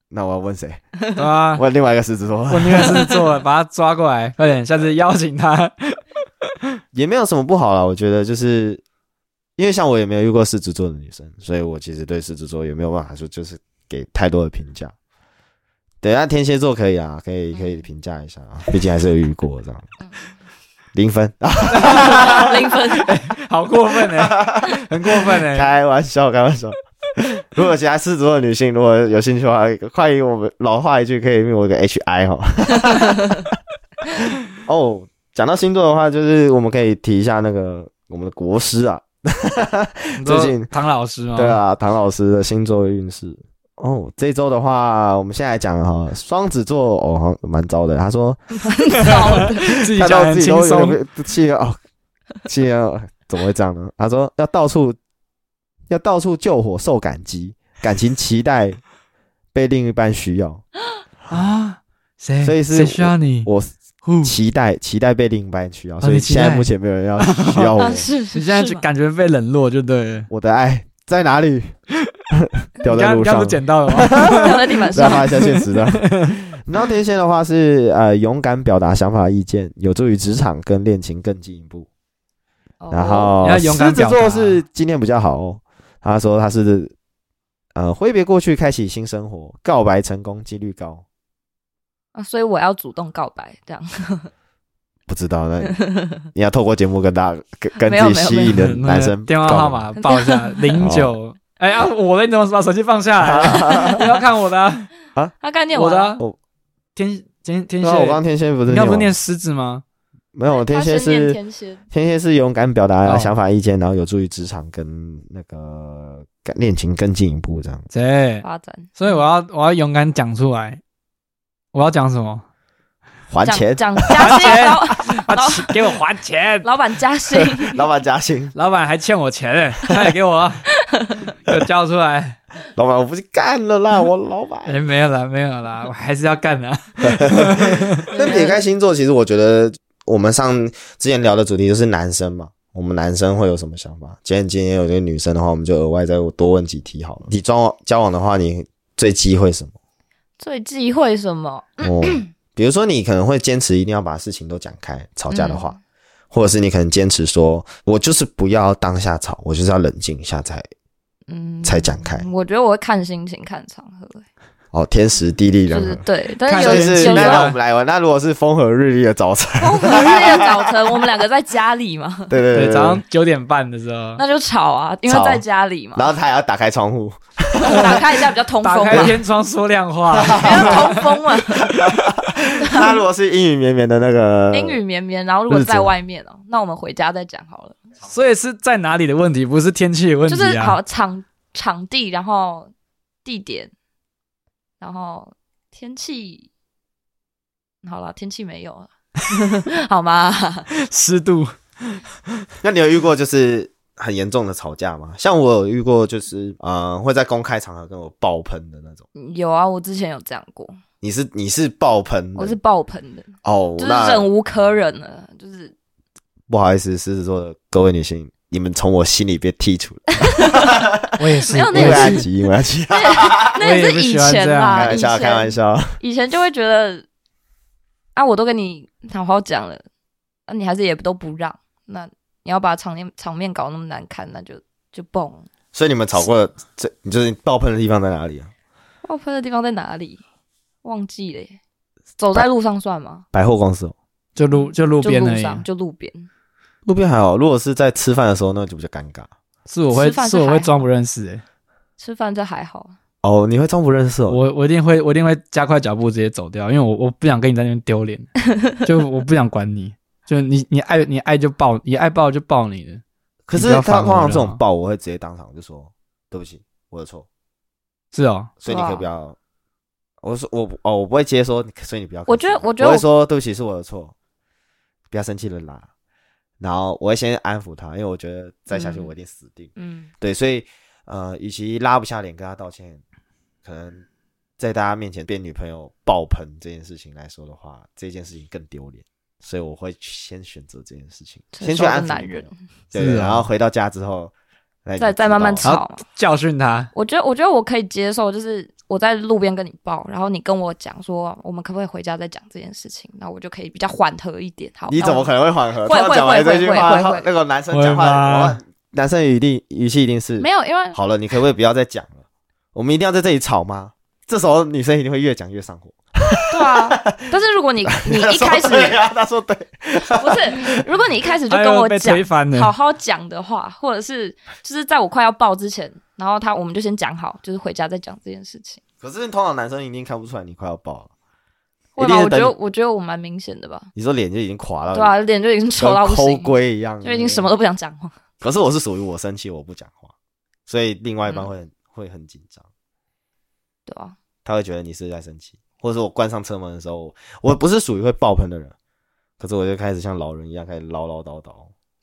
B: 那我要问谁？
A: 对啊，
B: 问另外一个狮子 座，
A: 我那个是做了，把他抓过来，快点，下次邀请他。
B: 也没有什么不好啦。我觉得就是因为像我也没有遇过狮子座的女生，所以我其实对狮子座也没有办法说就是给太多的评价。对，那天蝎座可以啊，可以可以评价一下啊，毕竟还是有遇过这样
C: 嗯。
B: 零分啊，
C: 零分，
A: 好过分哎、 很过分哎、
B: 开玩笑，开玩笑。 如果其他狮子座的女性如果有兴趣的话，快迎我们老话一句，可以命我一个 HI 哈。 哦，讲到星座的话，就是我们可以提一下那个我们的国师啊，
A: 你说
B: 最近
A: 唐老师吗？
B: 对，啊，唐老师的星座运势。哦，这周的话，我们现在来讲哈，双子座哦，好像蛮糟的。他说
A: 自己
B: 看
A: 讲
B: 到
A: 很
B: 自己
A: 轻
B: 都有
A: 松，
B: 点被气哦，气哦，怎么会这样呢？他说要到处要到处救火受感激，感情期待被另一半需要，
A: 啊，谁？
B: 所以是
A: 谁需要你？
B: 我
A: 呼
B: 期待期待被另一半需要，所
A: 嗯哦你
B: 以
A: 期
B: 现在
A: 待哦
B: 目前没有人要 需要我
C: 啊，，是是
A: 你现在
C: 是
A: 就
C: 吗
A: 感觉被冷落，就对了。
B: 我的爱在哪里？ 掉
A: 你
B: 在
A: 刚
B: 路
A: 你刚不
B: 上
A: 是。捡到了 吗？
C: 躺在地板
B: 再
C: 上，
B: 发一下现 实的。然后天蝎的话是呃勇敢表达想法意见，有助于职场跟恋情更进一步。
C: 哦
B: 然后
A: 你要勇敢
B: 狮子
A: 表达
B: 座是今天比较好哦，他说他是呃挥别过去，开启新生活，告白成功几率高。
C: 啊所以我要主动告白，这样
B: 不知 道，那你要透过节目跟大家跟
C: 没
B: 跟
C: 有
B: 自己吸引的
C: 嗯
B: 男生
A: 电话
B: 告白
A: 号码报一 下零九。哎呀，我的你怎么把手机放下 来？你要看我的啊，
C: 他概念
A: 我的啊
B: 我
A: 天天天
B: 对
A: 蝎
B: 啊，我刚刚，天蝎不是
A: 你刚不是
B: 念
A: 念
B: 吗
A: 狮子吗？
B: 没有天蝎
C: 他先念
B: 是
C: 天蝎，
B: 天蝎是勇敢表达
A: 哦
B: 想法意见，然后有助于职场跟那个感恋情更进一步这样。
A: 对，
C: 发展，
A: 所以我要我要勇敢讲出来。我要讲什 么？
B: 还
C: 讲
B: 钱，
C: 讲加薪，
A: 钱
C: 老
A: 啊，起给我还钱！
C: 老板加薪，
B: 老板加薪，
A: 老板还欠我钱呢，快给我，啊 给我交出来！
B: 老板我不去干了啦，我老
A: 哎，
B: 板。
A: 没有啦，没有啦，我还是要干的。啊
B: 那撇开星座，其实我觉得我们上之前聊的主题就是男生嘛，我们男生会有什么想法？既然今天有这个女生的话，我们就额外再多问几题好了。你交往交往的话，你最忌讳什么？
C: 最忌讳什么？
B: 哦，比如说你可能会坚持一定要把事情都讲开，吵架的话。
C: 嗯
B: 或者是你可能坚持说，我就是不要当下吵，我就是要冷静一下才
C: 嗯，
B: 才讲开
C: 我觉得我会看心情、看场合，
B: 哦，天时地利
C: 就
B: 人
C: 是
B: 和。
C: 对。但
A: 看
C: 是
B: 所
C: 有
B: 以
A: 人
B: 是
A: 气
C: 有
B: 那
A: 啊
B: 那
A: 种
B: 我们来玩，那如果是风和日丽的早 晨，
C: 风和日丽的早晨，我们两个在家里嘛，
B: 对对对
A: 对，
B: 对，
A: 早上九点半的时候，
C: 那就吵啊，因
B: 吵
C: 为在家里嘛，
B: 然后他还要打开窗户，
C: 打开一下比较通
A: 打
C: 风
A: 开
C: 嘛，
A: 天窗说亮话。
C: 通风嘛，
B: 他如果是阴雨绵绵的那个
C: 阴雨绵绵。然后如果在外面哦，那我们回家再讲好了。
A: 所以是在哪里的问题，不是天气的问
C: 就
A: 题
C: 是
A: 啊。
C: 好场场地，然后地点，然后天气。好了，天气没有了， 好吗？
A: 湿度，
B: 那你有遇过就是很严重的吵架吗？像我有遇过，就是呃会在公开场合跟我爆喷的那种。
C: 有啊，我之前有这样过，
B: 你是你是爆喷的，
C: 我是爆喷的，
B: 哦，
C: 就是
B: 那
C: 忍无可忍了，就是
B: 不好意思，狮子座的各位女性，你们从我心里被剔除 了，
A: 我也是
C: 没有
B: 因
C: 那
B: 为
C: 个
B: 阿
C: 是
B: 吉，因为阿 吉，
C: 那也那
A: 我也
C: 也
A: 不
C: 是以
A: 喜欢
C: 前
A: 这样
C: 啦，
B: 啊开玩笑，
C: 啊以前
B: 开玩笑，
C: 以前就会觉得啊，我都跟你好好讲了，啊，你还是也都不让，那你要把场面场面搞那么难看，那就就蹦。
B: 所以你们吵过的最，你就是你爆喷的地方在哪里啊？
C: 爆喷的地方在哪里？忘记了耶。走在路上算吗？
B: 百货公司、哦，
A: 就路就路
C: 就
A: 边
C: 路
A: 而已。
C: 上，就路边。
B: 路边还好。如果是在吃饭的时候，那就比较尴尬。
A: 是我会
C: 吃饭
A: 是
C: 是
A: 我
C: 还
A: 会
C: 好
A: 装不认识、欸，
C: 吃饭这还好，
B: 哦，你会装不认识哦？
A: 我我一定会我一定会加快脚步直接走掉，因为我我不想跟你在那边丢 脸，就我不想管你，就你你爱你爱就抱，你爱抱就抱你的。
B: 可是
A: 你不要啊
B: 他
A: 烦
B: 通
A: 我
B: 常这
A: 就
B: 种
A: 好
B: 爆，我会直接当场就说对不起，我的错。
A: 是哦，
B: 所以你可以不要。我说我不哦，我不会接说，所以你不要客气。
C: 我觉得我觉得
B: 我
C: 我
B: 会说对不起是我的错，不要生气了啦。然后我会先安抚他，因为我觉得再下去
C: 嗯
B: 我一定死定。
C: 嗯，
B: 对，所以呃，与其拉不下脸跟他道歉，可能在大家面前变女朋友爆喷这件事情来说的话，这件事情更丢脸。所以我会先选择这件事情，
C: 成
B: 先去
C: 熟的
B: 安抚
C: 男
B: 女朋友
C: 人
B: 对，
A: 是啊
B: 然后回到家之后，那你
C: 再
B: 就
C: 再
B: 知
C: 慢慢
B: 道
C: 吵嘛。
A: 教训他，
C: 我觉得，我觉得我可以接受，就是我在路边跟你抱，然后你跟我讲说，我们可不可以回家再讲这件事情？那我就可以比较缓和一点。好，
B: 你
C: 那
B: 怎么
C: 我
B: 可能会缓和？
C: 会
B: 他讲完这句
C: 会
B: 话，
C: 会会
B: 他
C: 会
B: 那个男生
A: 会
B: 讲话，
A: 吗
B: 然后男生语定语气一定是
C: 没有，因为
B: 好了，你可不可以不要再讲了？我们一定要在这里吵吗？这时候女生一定会越讲越上火。
C: 对 啊，但是如果你你
B: 他
C: 一
B: 说
C: 开始
B: 对啊，他说对，
C: 不是，如果你一开始就
A: 哎
C: 跟
A: 呦
C: 我
A: 被
C: 讲
A: 推翻了，
C: 好好讲的话，或者是就是在我快要爆之前，然后他我们就先讲好，就是回家再讲这件事情。
B: 可是通常男生一定看不出来你快要爆了，
C: 会
B: 一定
C: 吗？
B: 是
C: 我觉
B: 等
C: 得
B: 你
C: 我觉得我蛮明显的吧，
B: 你说脸就已经垮到，
C: 对啊，脸就已经丑到
B: 跟
C: 不
B: 抠
C: 行，
B: 龟一样，
C: 就已经什么
B: 对
C: 都不想讲话。
B: 可是我是属于我生气我不讲话，所以另外一
C: 嗯
B: 半会很、会很紧张，
C: 对啊，
B: 他会觉得你是在生气，或者是我关上车门的时候，我不是属于会爆喷的人，可是我就开始像老人一样开始唠唠叨叨，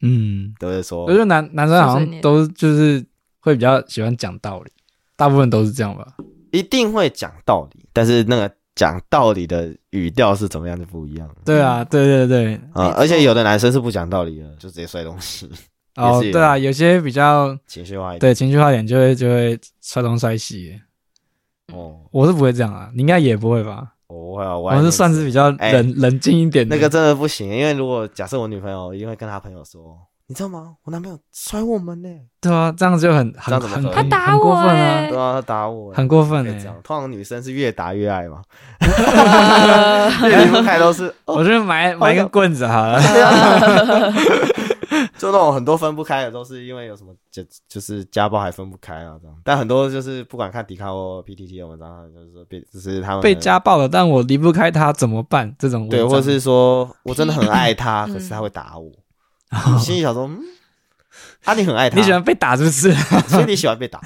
A: 嗯，
B: 都会说
A: 我觉得男男生好
C: 碎碎
A: 像
C: 念
A: 都就是会比较喜欢讲道理，大部分都是这样吧。
B: 一定会讲道理，但是那个讲道理的语调是怎么样就不一样了
A: 对啊，对对对，
B: 啊、
C: 没错
B: 而且有的男生是不讲道理的，就直接摔东西，
A: 哦
B: 也是有
A: 对啊，有些比较
B: 情绪化一点。
A: 对情绪化一点就会就会摔东摔西，
B: 哦，
A: 我是不会这样啊，你应该也不会吧？
B: 我会啊，我
A: 我
B: 还
A: 是
B: 没
A: 算是比较
B: 哎
A: 冷冷静一点的，
B: 那个真的不行，因为如果假设我女朋友一定会跟她朋友说，你知道吗？我男朋友摔我们呢、
A: 对啊，这样就很
B: 这
A: 很
B: 样怎么
A: 很
B: 可以
A: 很
B: 他
C: 打
A: 很过
C: 我
A: 分啊
C: 欸
B: 对啊，他打我、
A: 很过分
B: 可以
A: 欸
B: 这样，通常女生是越打越爱 嘛，
C: 呃
B: 越离不开都是，啊
A: 我就买
B: 哦
A: 买一个棍子好了，
B: 就那种很多分不开的都是因为有什么就就是家暴还分不开啊这样，但很多就是不管看迪卡或 PTT 的文章，就是说被就是他们
A: 被家暴了，但我离不开他，怎么办？这种
B: 对，
A: 文
B: 或
A: 章
B: 者是说我真的很 爱他，
C: 嗯
B: 可是他会打我，你心里想说，嗯，啊你很爱他，
A: 你喜欢被打是不是？
B: 所以你喜欢被打，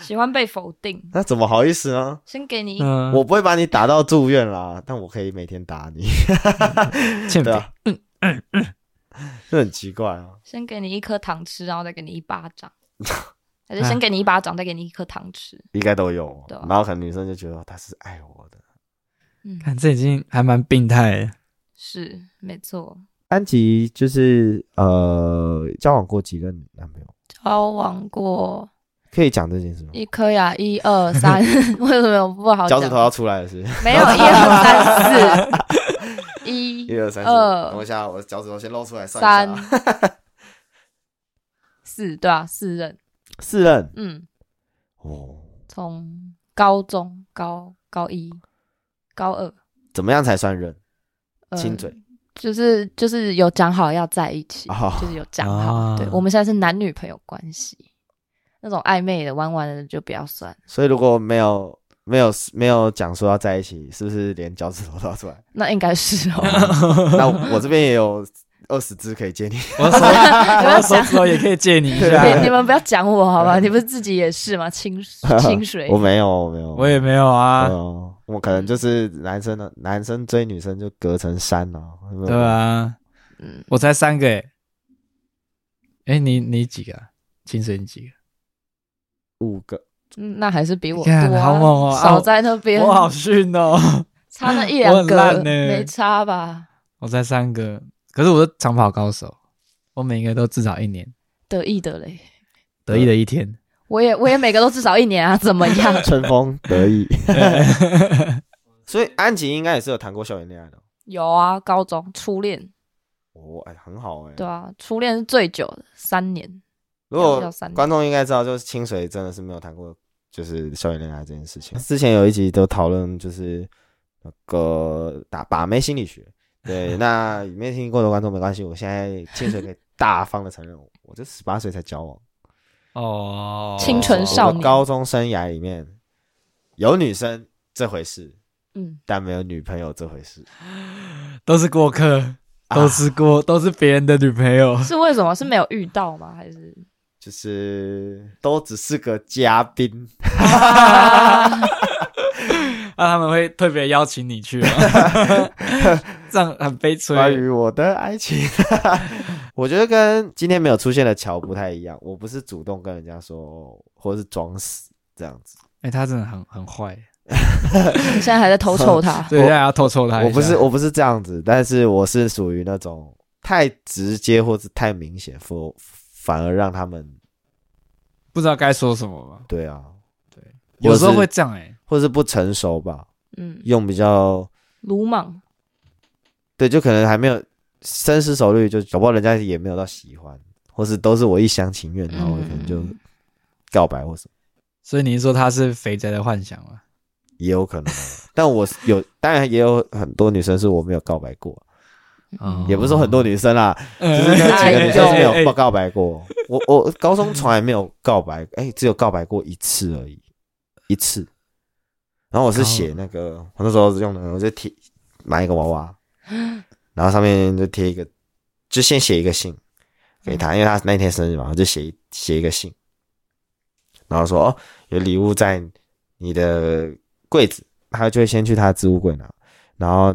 C: 喜欢被否定，
B: 那怎么好意思呢？
C: 先给你
A: 嗯，
B: 我不会把你打到住院啦，但我可以每天打你，
A: 欠
B: 对
A: 扁。
B: 啊，
C: 嗯
B: 这很奇怪啊。
C: 先给你一颗糖吃，然后再给你一巴掌，还是先给你一巴掌，再给你一颗糖吃？
B: 应该都有，
C: 对啊
B: 然后可能女生就觉得他是爱我的。
C: 嗯，
A: 看这已经还蛮病态的，
C: 是没错，
B: 安吉就是呃，交往过几个男朋友，
C: 交往过
B: 可以讲这件事吗？
C: 一颗呀，一二三，为什么不好
B: 脚趾
C: 讲？
B: 头要出来了是不是？
C: 没有一二三 四，
B: 一
C: 一
B: 二三四，
C: 二
B: 等我一下，我的脚趾头先露出来算一
C: 三
B: 下啊。
C: 四，对啊，四任，
B: 四任
C: 嗯，
B: 哦，
C: 从高中高高一、高二，
B: 怎么样才算认？
C: 呃
B: 亲嘴，
C: 就是就是有讲好要在一起，
B: 哦
C: 就是有讲好。
A: 啊
C: 对，我们现在是男女朋友关系，那种暧昧的、玩玩的就不要算。
B: 所以如果没有没有没有讲说要在一起，是不是连脚趾头都要出 来？
C: 那应该是哦，
B: 那我这边也有二十只可以借你。
A: 我的手
C: 不
A: 我
C: 要
A: 的手
C: 讲，
A: 指头也可以借你一
C: 你
B: 啊
A: 下，
C: 你们不要讲我好吧？你不是自己也是吗？清 清水
B: 我，没有，我没有，
A: 我也没有啊
B: 对，哦，我可能就是男生的男生追女生就隔层山哦，有没有
A: 对啊，
C: 嗯，
A: 我才三个诶，哎，你你几个啊？清水你几个？
B: 五个，
C: 嗯那还是比我多
A: 看
C: 啊，
A: 好猛哦啊
C: 少在那边，
A: 我好逊哦，
C: 差那一两
A: 我很烂
C: 个，
A: 欸
C: 没差吧？
A: 我才三个，可是我是长跑高手，我每一个都至少一年，
C: 得意的嘞，
A: 得意的一天，
C: 我也我也每个都至少一年啊，怎么 样？
B: 春风得意。所以安吉应该也是有谈过校园恋爱的。
C: 有啊，高中初恋，
B: 哦，哎，很好哎。
C: 对啊，初恋是最久的，三年。
B: 如果
C: 要三年
B: 观众应该知道，就是清水真的是没有谈过就是校园恋爱这件事情。之前有一集都讨论就是那个打把妹心理学， 对，那没听过的观众没关系，我现在清水可以大方的承认我，我就十八岁才交往。
A: 哦，
C: 清纯少
B: 我
C: 女
B: 的高中生涯里面有女生这回事，
C: 嗯，
B: 但没有女朋友这回事。啊
A: 都是过客，都是过，都是别人的女朋 友，
C: 是为什么？是没有遇到吗？还是
B: 就是都只是个嘉宾，啊
A: 那他们会特别邀请你去吗？ 这样很悲催。
B: 哦关于我的爱情， 我觉得跟今天没有出现的乔不太一样。我不是主动跟人家说，或是装死这样子。
A: 哎、他真的很很坏，？
C: 你现在还在偷瞅他
A: 对，大家要偷抽他一下
B: 啊我不是我不是这样子，但是我是属于那种太直接或是太明显，反反而让他们
A: 不知道该说什么吧？
B: 对啊，
A: 对，有时候
B: 或是
A: 会这样哎、
B: 或是不成熟吧，
C: 嗯，
B: 用比较
C: 鲁莽，
B: 对，就可能还没有深思熟虑，就搞不好人家也没有到喜欢，或是都是我一厢情愿，然后我可能就
C: 嗯
B: 告白或什么，
A: 所以你是说他是肥宅的幻想吗？
B: 也有可能啊。但我是有，当然也有很多女生是我没有告白过，
A: 哦
B: 也不是说很多女生啦，
A: 只
B: 就是那几个女生是没有
A: 报
B: 告
A: 告。
B: 告白过。我我高中从来没有告白，哎、只有告白过一次而已，一次。然后我是写那个，我那时候用的，我就贴买一个娃 娃，然后上面就贴一个，就先写一个信给
A: 嗯
B: 他，因为他那天生日嘛，我就写一写一个信，然后说哦，有礼物在你的柜子，他就会先去他的置物柜拿，然后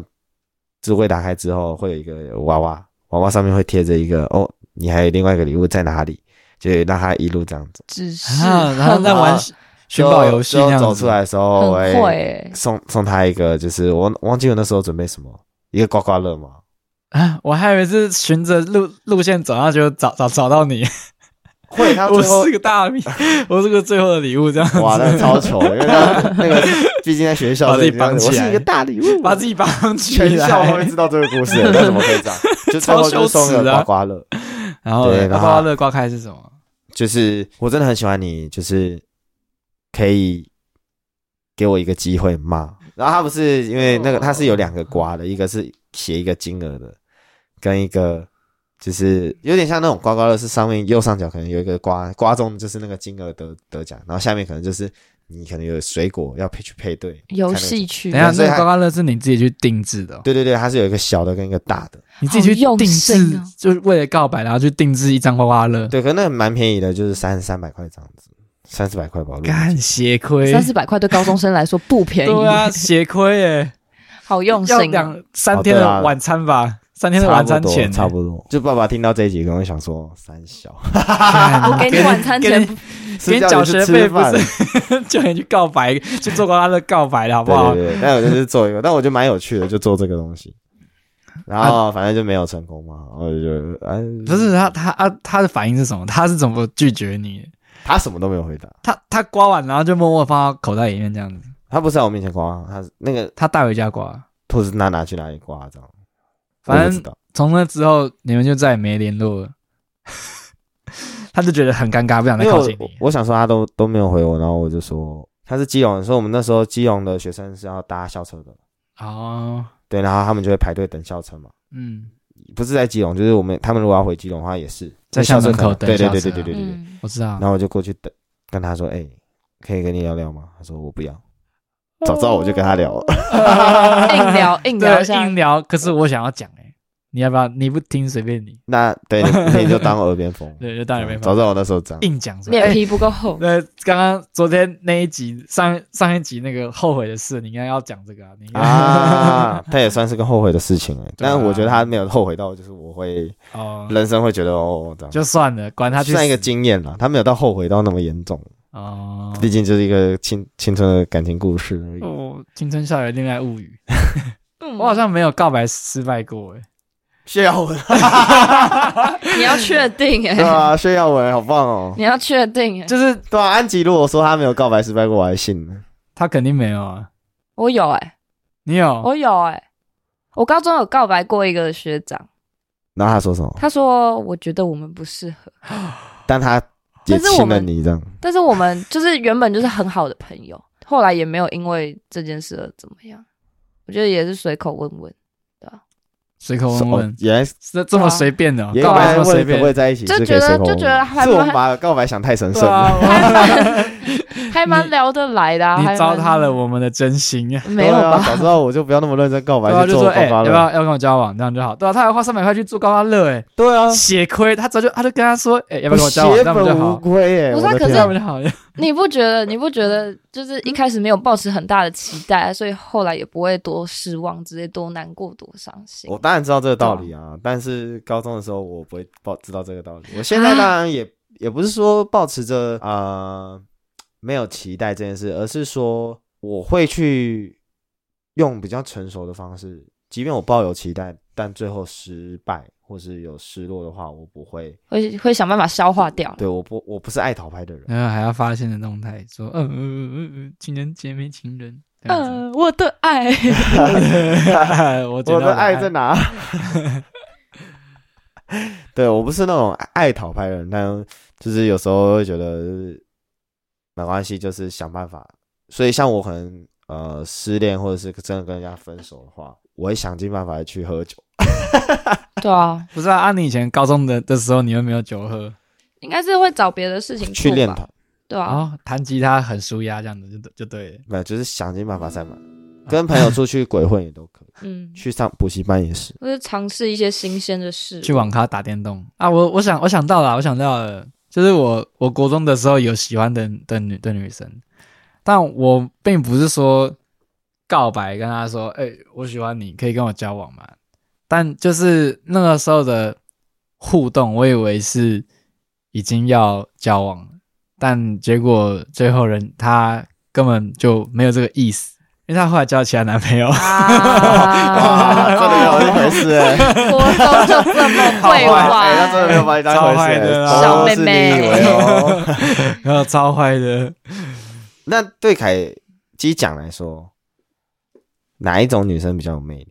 B: 置物柜打开之后会有一个娃娃，娃娃上面会贴着一个哦，你还有另外一个礼物在哪里，就让他一路这样走。
C: 只是
A: 啊，然后在
B: 然
A: 玩
B: 后
A: 寻宝游戏
B: 之后
A: 那样
B: 走
A: 子
B: 出来的时候，哎
C: 很
B: 我
C: 会
B: 会
C: 欸，
B: 送送他一个，就是我忘忘记我那时候准备什么，一个刮刮乐嘛，
A: 啊！我还以为是循着路路线走，然后就找找找到你。
B: 会 他
A: 我
B: 最后
A: 是个大米，我是个最后的礼物，这样子
B: 哇，那个超糗，因为他那个毕竟在学 校，
A: 把
B: 所以
A: 自己绑
B: 我
A: 起
B: 是
A: 来
B: 一个大礼物，
A: 把自己绑起
B: 全校都会
A: 来，
B: 知道这个 故事，为什么可以这样？就最后就送了
A: 啊
B: 刮刮乐，
A: 然后刮
B: 对然后
A: 刮乐刮开是什么？
B: 就是我真的很喜欢你，就是可以给我一个机会吗？然后他不是因为那个
C: 哦
B: 他是有两个刮的，一个是写一个金额的，跟一个就是有点像那种刮刮乐，是上面右上角可能有一个刮刮中就是那个金额得得奖，然后下面可能就是你可能有水果要配去配对
C: 游
B: 才能
C: 戏区
A: 等一下，
B: 所以
A: 那
B: 还
A: 个刮刮乐是你自己去定制的哦，
B: 对对对，它是有一个小的跟一个大的。
A: 你自己去
C: 好用
A: 定
C: 心
A: 制
C: 哦，
A: 就是为了告白，然后去定制一张刮刮乐，
B: 对，可那蛮便宜的，就是三三百块这样子，三四百块吧。如果
A: 干血亏
C: 三，四百块对高中生来说不便宜，
A: 对啊，血亏耶，
C: 好用
A: 要
C: 心哦，
A: 两三天
B: 哦对啊
A: 的晚餐吧，三天的晚餐钱，
B: 差不多。就爸爸听到这一集，可能会想说：三 小，
A: 干
C: 我给你晚餐
A: 给
C: 钱
A: 你给你缴学费不
B: 是叫你去吃
A: 是
B: 饭？
A: 叫你去告白，去做刮刮乐告白的好不好
B: 对对？对，但我就是做一个，但我觉得蛮有趣的，就做这个东西。然后反正就没有成功嘛，我就觉得哎，
A: 不是他他啊他的反应是什么？他是怎么拒绝你的？
B: 他什么都没有回答，
A: 他他刮完然后就默默放到口袋里面这样子，
B: 他不是在我面前刮，他是那个
A: 他带回家刮。
B: 兔子娜拿去哪里刮这样，
A: 反正
B: 我不知道
A: 从那之后你们就再也没联络了， 他就觉得很尴尬，不想再
B: 因为
A: 靠
B: 我
A: 近你。
B: 我想说他都都没有回我，然后我就说他是基隆人，所以我们那时候基隆的学生是要搭校车的，
A: 哦，
B: 对，然后他们就会排队等校车嘛。
A: 嗯，
B: 不是在基隆，就是我们他们如果要回基隆的话，也是
A: 在
B: 校
A: 校
B: 车
A: 门口
B: 可能
A: 等
B: 对对
A: 校
B: 对
A: 车
B: 对对对对 对。
C: 嗯，
A: 我知道
B: 然。后我就过去等，跟他说：“哎、可以跟你聊聊吗？”他说：“我不要。”早知道我就跟他聊了。
C: 硬聊硬聊一下
A: 对，硬聊。可是我想要讲哎、你要不要？你不听随便你。。
B: 那对你你就当耳边风
A: 对，就当然没
B: 嗯早
A: 办
B: 知
A: 法
B: 道我那时候这样。
A: 硬讲出来。
C: 脸
A: 欸
C: 皮不够厚，
A: 对，刚刚昨天那一集上上一集那个后悔的事，你应该要讲这个啊。你应该
B: 啊，他也算是个后悔的事情哎、
A: 对啊
B: 但我觉得他没有后悔到，就是我会
A: 哦，
B: 人生会觉得哦这样，
A: 就算了，管他去
B: 算一个
A: 死
B: 经验啦，他没有到后悔到那么严重，
A: 哦。
B: 毕竟就是一个青青春的感情故事而已。
A: 哦，青春校园恋爱物语，
C: 嗯
A: 哎我好像没有告白失败过哎、
B: 谢耀文，
C: 嗯你要确定
B: 对
C: 哎，
B: 啊，谢耀文好棒哦。
C: 你要确定哎，
A: 就是
B: 对啊，安吉如果说他没有告白失败过，我还信呢。
A: 他肯定没有啊。
C: 我有哎，
A: 你有？
C: 我有哎、我高中有告白过一个学长，
B: 然后他说什么？
C: 他说我觉得我们不适合，
B: 但他也亲了你这样，
C: 但是我们就是原本就是很好的朋 友，后来也没有因为这件事而怎么样，我觉得也是随口问 问，
A: 随口
B: 是
A: 问
B: 哦啊
A: 问，
B: 原来
A: 这这么随便的哦、
B: 原
A: 啊告白
B: 来
A: 这么随
B: 问可不
A: 便
B: 会，在一起
C: 就是
B: 可以
C: 觉得
B: 随口
C: 就
B: 问
C: 觉得还
B: 是我们
C: 蛮
B: 把告白想太神圣
A: 对
B: 了。
A: 啊，我
C: 还蛮聊得来的、啊， 还蛮
A: 你糟蹋了我们的真心啊。
C: 没有
B: 对啊
C: 吧？
B: 早知道我就不要那么认真告白，
A: 对啊，
B: 去
A: 就
B: 做
A: 说
B: 刮
A: 哎、
B: 刮
A: 要不
B: 乐。
A: 要要跟我交往，这样就好。对啊，他还花三百块去做刮刮乐、哎、
B: 对啊，哦
A: 血亏，他早就他就跟他说，哎、要不要跟我交往，
B: 血
A: 这样不就
B: 本无
A: 好，
B: 归哎。
C: 不是啊
B: 我的
C: 可
A: 这
B: 天
C: 是
B: 啊
A: 样不就好。
C: 你不觉得？你不觉得？就是一开始没有抱持很大的期待，所以后来也不会多失望，直接多难过、多伤心
B: 我。当然知道这个道理啊，但是高中的时候我不会抱知道这个道理。我现在当然也、也不是说抱持着呃没有期待这件事，而是说我会去用比较成熟的方式，即便我抱有期待，但最后失败或是有失落的话，我不会。
C: 会会想办法消化掉。
B: 对，我不我不是爱讨拍的人。
A: 然后还要发现的动态说，嗯嗯嗯嗯嗯，情人节没情人。这样子
C: 呃，我的爱，
A: 我觉得
B: 啊我的爱在哪？ 对我不是那种爱讨拍的人，但就是有时候会觉得没关系，就是想办法。所以像我可能呃失恋或者是真的跟人家分手的话，我会想尽办法去喝酒。
C: 对啊，
A: 不是啊？啊，你以前高中的的时候，你又没有酒喝
C: 应该是会找别的
A: 嗯
C: 事情
B: 去
C: 做
B: 练
C: 吧
B: 团，
C: 对啊，
A: 啊？弹吉他很舒压，这样子就对就对了。
B: 没有，就是想尽办法再买。
A: 嗯
B: 跟朋友出去鬼混也都可以，
C: 嗯，
B: 去上补习班也是。
C: 或者尝试一些新鲜的事。
A: 去网咖打电动啊！我我想我想到了，我想到了，就是我我国中的时候有喜欢的的女的女生，但我并不是说告白跟她说，哎、我喜欢你，可以跟我交往吗？但就是那个时候的互动，我以为是已经要交往了，但结果最后人她根本就没有这个意思，因为她后来交了其他男朋 友。
C: 啊，
B: 真的没有一回事哎、欸，
C: 国中就这么 会
B: 好坏哎他真的没有
C: 玩，
B: 把你当回事、
A: 超坏的啊
B: 欸，
C: 小
B: 都
C: 妹
B: 是
C: 妹
B: 你以为哦。
A: 然后超坏的，
B: 那对凯基讲来说，哪一种女生比较有魅力？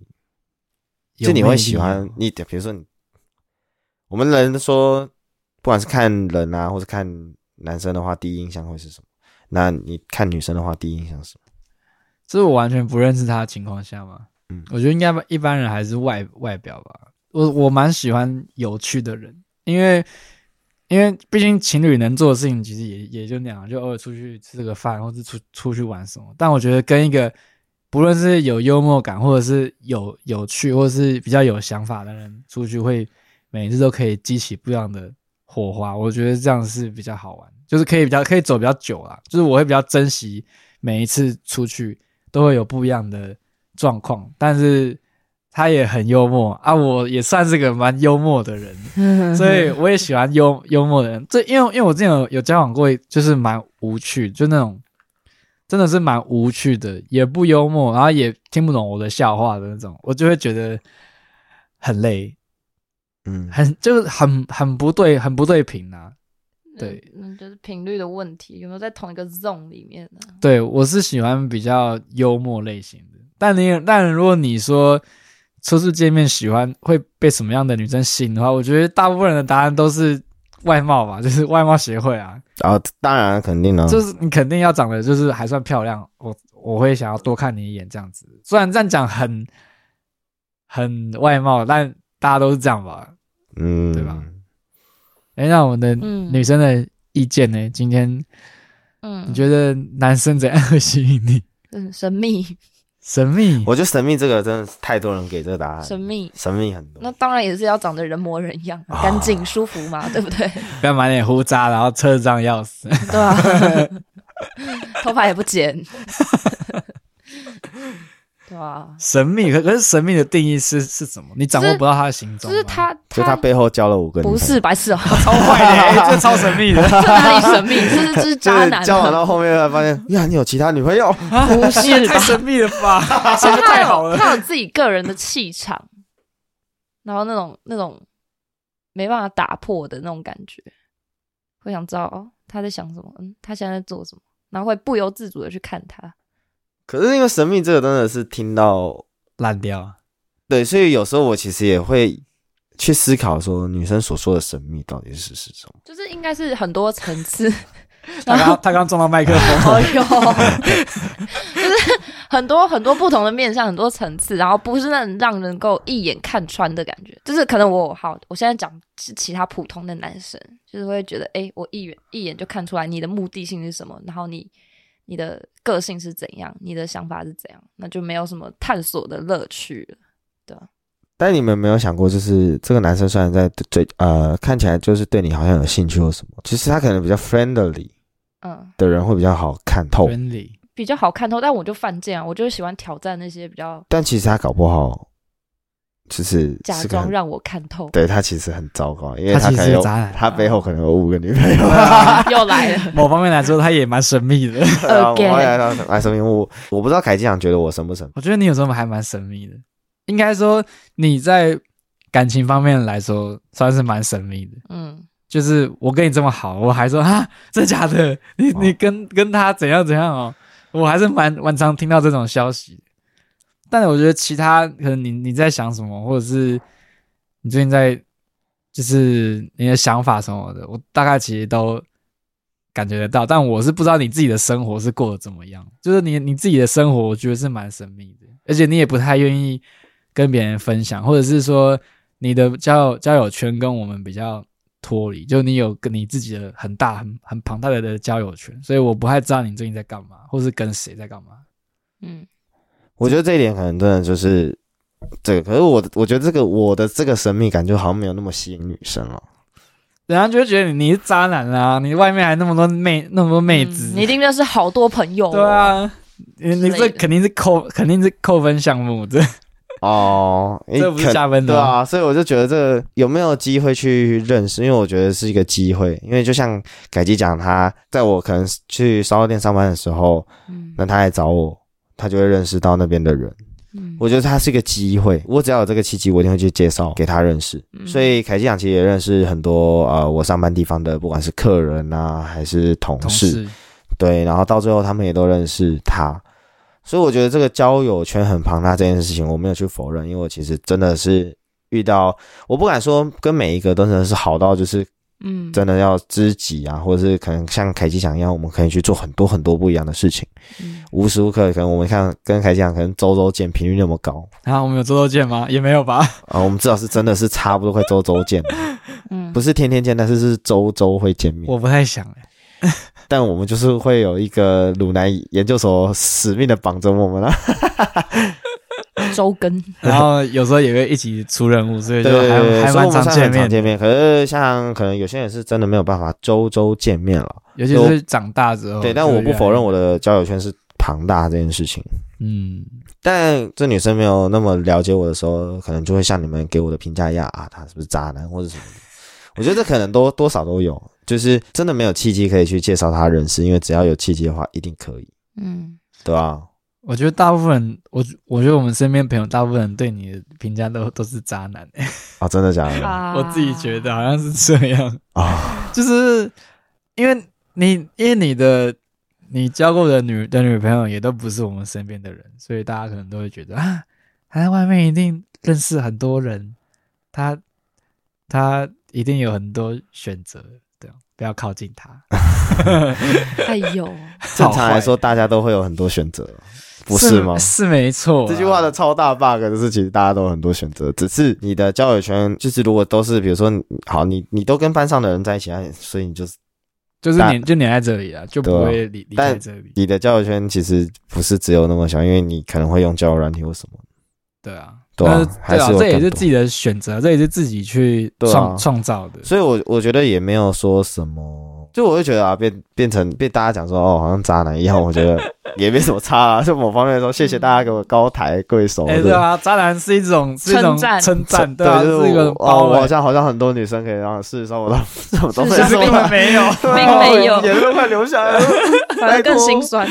B: 就你
A: 有魅
B: 会
A: 力
B: 喜欢你，比如说你，我们人说，不管是看人啊，或是看男生的话，第一印象会是什么？那你看女生的话，第一印象是什么？
A: 这是我完全不认识他的情况下嘛，
B: 嗯
A: 我觉得应该一般人还是外外表吧。我我蛮喜欢有趣的人，因为因为毕竟情侣能做的事情其实也也就那样，就偶尔出去吃个饭，或是出出去玩什么。但我觉得跟一个不论是有幽默感，或者是有有趣，或者是比较有想法的人出去，会每次都可以激起不一样的火花。我觉得这样是比较好玩，就是可以比较可以走比较久啦。就是我会比较珍惜每一次出去都会有不一样的状况，但是他也很幽默啊，我也算是个蛮幽默的人。所以我也喜欢幽幽默的人。这因为因为我之前有有交往过，就是蛮无趣，就那种真的是蛮无趣的，也不幽默，然后也听不懂我的笑话的那种，我就会觉得很累，
B: 嗯，
A: 很就是很很不对，很不对频啊。对
C: 嗯，嗯就是频率的问题，有没有在同一个 zone 里面呢？
A: 对我是喜欢比较幽默类型的，但你但如果你说初次见面喜欢会被什么样的女生吸引的话，我觉得大部分人的答案都是外貌吧， 就是外貌协会啊。
B: 然后当然肯定了，
A: 就是你肯定要长得就是还算漂亮，我我会想要多看你一眼这样子。虽然这样讲很很外貌，但大家都是这样吧。
B: 嗯，
A: 对吧？哎、那我们的
C: 嗯
A: 女生的意见呢？今天
C: 嗯，
A: 你觉得男生怎样会吸引你？
C: 嗯神秘
A: 神秘，
B: 我觉得神秘这个真的是太多人给这个答案，
C: 神秘，
B: 神秘很多
C: 那。当然也是要长得人模人样，干净舒服嘛，对不对？
A: 不要满脸胡渣，然后车子上钥匙。
C: 对啊，头发也不剪，对啊，
A: 神秘，可可是神秘的定义是是什么？你掌握
C: 就是
A: 不到他的行踪
C: 就
A: 吗，
C: 是他
B: 就他背后交了五个女
C: 不
B: 朋
C: 是
B: 友，
C: 白痴哦，
A: 超坏 的、欸，这超神秘的。
C: 这哪里神秘？这是这是
B: 就
C: 渣
B: 是
C: 男啊，
B: 交往到后面才发现， 呀，你有其他女朋友，
C: 不
A: 也
C: 是吧
A: 太？神秘了吧？
C: 就
A: 这个
C: 他
A: 太好
C: 有
A: 了。
C: 他有自己个人的气场，然后那种那种没办法打破的那种感觉，会想知道哦他在想什么，嗯，他现在在做什么，然后会不由自主的去看他。
B: 可是因为神秘这个真的是听到，
A: 烂掉，
B: 对，所以有时候我其实也会去思考说，女生所说的神秘到底是是什么？
C: 就是应该是很多层 次，
A: 他
C: 然后
A: 刚他刚撞到麦克风。
C: 哦哟，就是很多很多不同的面向，很多层次，然后不是那种让人够一眼看穿的感觉。就是可能我好，我现在讲是其他普通的男生，就是会觉得，哎、我一眼一眼就看出来你的目的性是什么，然后你你的个性是怎样，你的想法是怎样，那就没有什么探索的乐趣了。
B: 但你们没有想过，就是这个男生虽然在对呃看起来就是对你好像有兴趣或什么，其实他可能比较 friendly
C: 嗯，
B: 的人会比较好看透，
A: 原理
C: 比较好看透，但我就犯贱啊，我就喜欢挑战那些比较
B: 但其实他搞不好就是
C: 假
B: 是个
C: 装
B: 很
C: 让我看透。
B: 对他其实很糟糕，因为
A: 他
B: 他
A: 其
B: 可
A: 实
B: 能
A: 是
B: 有
A: 渣男
B: 他背后可能有五个女朋友。
C: 又啊来了，
A: 某方面来说，他也蛮神秘的。
B: 对 啊我
C: Again
B: 后来他来什么我我不知道凯基长觉得我神不神，
A: 我觉得你有时候还蛮神秘的，应该说你在感情方面来说算是蛮神秘的。
C: 嗯，
A: 就是我跟你这么好，我还说啊， 真假的？你
B: 哦
A: 你跟跟他怎样怎样哦？我还是蛮蛮常听到这种消息。但我觉得其他可能你你在想什么，或者是你最近在就是你的想法什么的，我大概其实都感觉得到，但我是不知道你自己的生活是过得怎么样。就是你你自己的生活，我觉得是蛮神秘的，而且你也不太愿意跟别人分享，或者是说你的交友交友圈跟我们比较脱离，就你有跟你自己的很大很很庞大的的交友圈，所以我不太知道你最近在干嘛，或是跟谁在干嘛。
C: 嗯，
B: 我觉得这一点可能真的就是这个，可是我我觉得这个我的这个神秘感就好像没有那么吸引女生哦了。
A: 人家就会觉得你你是渣男啊，你外面还那么多妹那么多妹子，
C: 嗯你一定认识好多朋友、哦
A: 对，啊，你你
C: 之
A: 这
C: 类的
A: 肯定是扣肯定是扣分项目，这
B: 哦， 诶
A: 这不是
B: 哎可
A: 加分的哦
B: 对
A: 吗
B: 啊，所以我就觉得这个有没有机会去认识，因为我觉得是一个机会。因为就像改基讲，他在我可能去烧肉店上班的时候，
C: 嗯
B: 那他来找我，他就会认识到那边的人。
C: 嗯
B: 我觉得他是一个机会，我只要有这个契机，我一定会去介绍给他认识。
C: 嗯
B: 所以凯基讲其实也认识很多呃，我上班地方的，不管是客人啊，还是同
A: 同
B: 事，
A: 事
B: 对，然后到最后他们也都认识他，所以我觉得这个交友圈很庞大这件事情，我没有去否认，因为我其实真的是遇到，我不敢说跟每一个都真的是好到就是
C: 嗯
B: 真的要知己啊，或者是可能像凯基讲一样，我们可以去做很多很多不一样的事情，
C: 嗯
B: 无时无刻可能我们看跟凯基讲，可能周周见频率那么高
A: 啊，我们有周周见吗？也没有吧。
B: 啊、我们至少是真的是差不多会周周见的，
C: 嗯
B: 不是天天见，但是是周周会见面。
A: 我不太想、欸，
B: 但我们就是会有一个鲁南研究所使命的绑着我们啦。
C: 周更，
A: 然后有时候也会一起出任务，所以就
B: 对
A: 还还
B: 所以
A: 蛮
B: 我们
A: 常
B: 算很
A: 见面
B: 常
A: 的，
B: 见面。可是像可能有些人是真的没有办法周周见面了。
A: 尤其是长大之后。
B: 对，但
A: 就
B: 我
A: 越
B: 不
A: 来
B: 否认
A: 越，
B: 我的交友圈是庞大这件事情。
A: 嗯，
B: 但这女生没有那么了解我的时候，可能就会像你们给我的评价一样啊，他是不是渣男或者什么 的。我觉得这可能多多少都有，就是真的没有契机可以去介绍他认识，因为只要有契机的话，一定可以，
C: 嗯
B: 对吧？
A: 我觉得大部分人，我我觉得我们身边朋友大部分人对你的评价都都是渣男、 欸
B: 啊，真的假的？
C: 啊
A: 我自己觉得好像是这样，
B: 啊，
A: 就是因为你因为你的你交过的女的女朋友也都不是我们身边的人，所以大家可能都会觉得啊，他在外面一定认识很多人，他他一定有很多选择，这样不要靠近他。
C: 哎呦，
B: 正常来说，
A: 好坏
B: 大家都会有很多选择，不是吗？
A: 是没错啦，
B: 这句话的超大 bug 就是，其实大家都有很多选择，只是你的交友圈就是，如果都是比如说你，好，你你都跟班上的人在一起，那所以你就是
A: 就是
B: 但
A: 黏就黏在这里了，就不
B: 对啊
A: 会离离
B: 但
A: 开这里。
B: 你的交友圈其实不是只有那么小，因为你可能会用交友软体或什么。
A: 对啊，
B: 对啊
A: 但是
B: 还
A: 对啊，
B: 是有
A: 这也
B: 更
A: 是
B: 多
A: 自己的选择，这也是自己去
B: 对啊
A: 创创造的。
B: 所以我我觉得也没有说什么，就我会觉得啊，变变成被大家讲说哦，好像渣男一样，我觉得也没什么差啊。就某方面来说，谢谢大家给我高抬贵手。
A: 哎、
B: 或者
A: 对啊，渣男是一种是一种
C: 称赞
A: 称赞，
B: 对
A: 对啊，
B: 就是
A: 一个
B: 我哦，
A: 包
B: 我好
A: 围，
B: 像好像很多女生可以让事实上我都 什么都没
C: 事实
A: 其
C: 上
A: 实根
B: 说
C: 并
A: 本 没有，哦
C: 并 没有
B: 眼泪快流下来了。
C: 反而更心酸。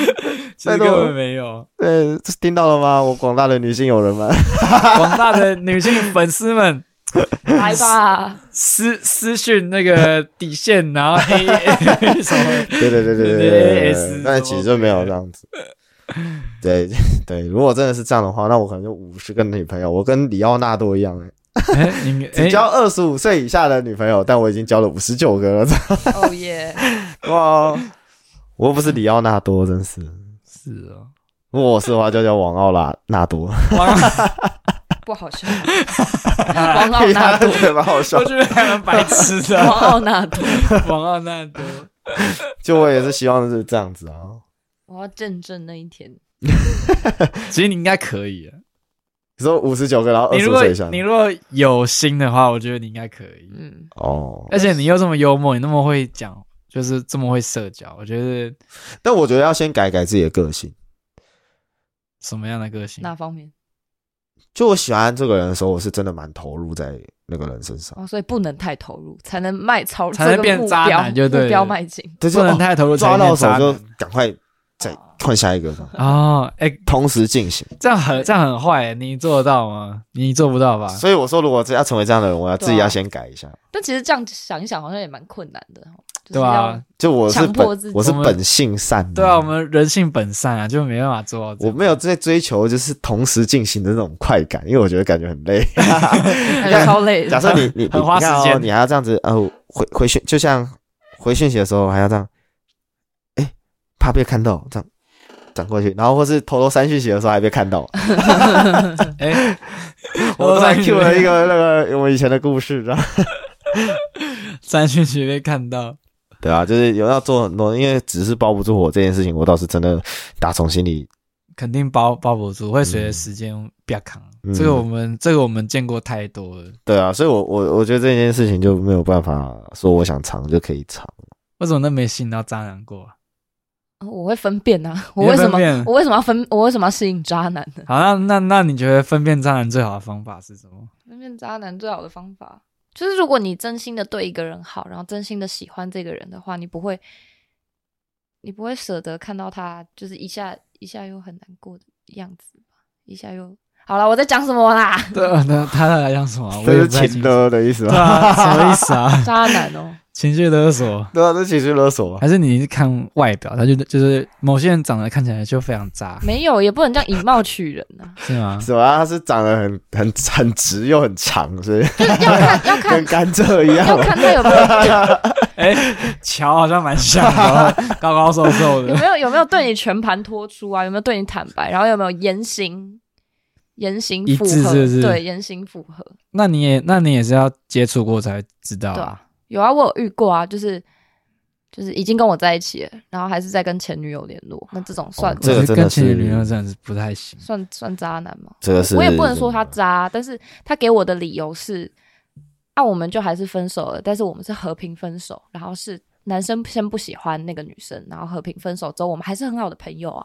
A: 其实根本没 有。
B: 呃，这听到了吗？我广大的女性友人们，
A: 广大的女性粉丝们
C: 来吧，
A: 私私讯那个底线，然后 A A 什么，
B: 对对对对
A: 对
B: 对
A: 是
B: 对，但其实就没有这样子。对对，如果真的是这样的话，那我可能就五十个女朋友，我跟里奥纳多一样，
A: 哎、你 哎
B: 只交二十五岁以下的女朋友，但我已经交了五十九个了。
C: 哦耶，
B: 哇，我又不是里奥纳多，真是。
A: 是哦，
B: 如果我是的话，就叫王奥拉纳多，
A: 哇，
C: 不好 笑，王奥 纳多，
B: 对，蛮好笑
A: 我。觉得还蛮白痴
C: 王
A: 的，
C: 奥纳多，
A: 王奥纳多。
B: 就我也是希望是这样子啊。
C: 我要见证那一天。
A: 其实你应该可以啊，
B: 你说五十九个，然后二
A: 你
B: 十
A: 如果
B: 岁以下
A: 你，如果有心的话，我觉得你应该可以。
C: 嗯，
B: 哦，
A: 而且你又这么幽默，你那么会讲，就是这么会社交，我觉得
B: 但我觉得要先改改自己的个性。
A: 什么样的个性？
C: 哪方面？
B: 就我喜欢这个人的时候，我是真的蛮投入在那个人身上。
C: 哦，所以不能太投入，才能迈朝
A: 才能
C: 这个
A: 变
C: 目
A: 渣
C: 标
A: 男就对
C: 目标
A: 了
C: 迈进。
B: 对，就
A: 不能
B: 哦
A: 太投入，
B: 抓到手就
A: 才会变渣
B: 赶快再换下一个，这样
A: 男哦，哎、
B: 同时进行。
A: 这样很这样很坏，欸你做得到吗？你做不到吧？
B: 所以我说，如果要成为这样的人，我要
C: 对啊
B: 自己要先改一下。
C: 但其实这样想一想，好像也蛮困难的哦。
A: 对啊吧？
B: 就我是
C: 强迫自
B: 本
C: 己
B: 我是
A: 我们
B: 本性善良，
A: 对啊，我们人性本善啊，就没办法做到这
B: 我
A: 样。
B: 没有在追求就是同时进行的那种快感，因为我觉得感觉很 累。
C: 感觉哎超累的。
B: 假设你你你
A: 很花
B: 你看
A: 时
B: 哦
A: 间
B: 你还要这样子呃回回讯，就像回讯息的时候还要这样，哎、怕被看到，这样转过去，然后或是偷偷删讯息的时候还被看到。
A: 哎，
B: 我突然 Q 了一
A: 个
B: 个那个我们以前的故 事，然后
A: 三讯息被看到，
B: 对啊，就是有要做很多，因为只是包不住火这件事情，我倒是真的打从心里
A: 肯定包包不住，会随着时间变扛。
B: 嗯
A: 这个我们这个我们见过太多了。
B: 对啊，所以我我我觉得这件事情就没有办法说我想藏就可以藏。
A: 为什么那没吸引到渣男过啊？
C: 我会分辨啊，
A: 你
C: 我
A: 会
C: 为什么
A: 分辨
C: 我为什么要分？我为什么要适应渣男呢？
A: 好，那那那你觉得分辨渣男最好的方法是什么？
C: 分辨渣男最好的方法就是，如果你真心的对一个人好，然后真心的喜欢这个人的话，你不会，你不会舍得看到他就是一下一下又很难过的样子吧？一下又好了，我在讲什么啦？
A: 对，那他在讲 什么啊？我
B: 这
A: 也
B: 是
A: 不太清
B: 情
A: 楚。
B: 勒的意思
A: 对
B: 吗？
A: 啊，什么意思啊？
C: 渣男哦，
A: 情绪勒索，
B: 对啊，这是情绪勒索啊。
A: 还是你是看外表？他就就是某些人长得看起来就非常渣，
C: 没有，也不能这样以貌取人啊，
A: 是吗？
B: 什么啊？它是长得很很很直又很长， 所以
C: 就是要看要看
B: 跟甘蔗一样
C: 要。看他有没有
A: 哎、乔好像蛮像的，高高瘦瘦
C: 有
A: 的。
C: 没有有没有对你全盘托出啊？有没有对你坦白？然后有没有言行言行
A: 一
C: 符
A: 致
C: 合？
A: 是不是
C: 对，言行符合。
A: 那你也，那你也是要接触过才知道、
C: 对
A: 啊
C: 啊。有啊，我有遇过啊，就是就是已经跟我在一起了，然后还是在跟前女友联络，那这种算、
B: 这个
A: 我
B: 真的
A: 跟前
B: 是
A: 女友真的是不太行。
C: 算算渣男吗？
B: 这个是
C: 我也不能说他渣，但是他给我的理由是，啊，我们就还是分手了，但是我们是和平分手，然后是男生先不喜欢那个女生，然后和平分手之后，我们还是很好的朋友啊。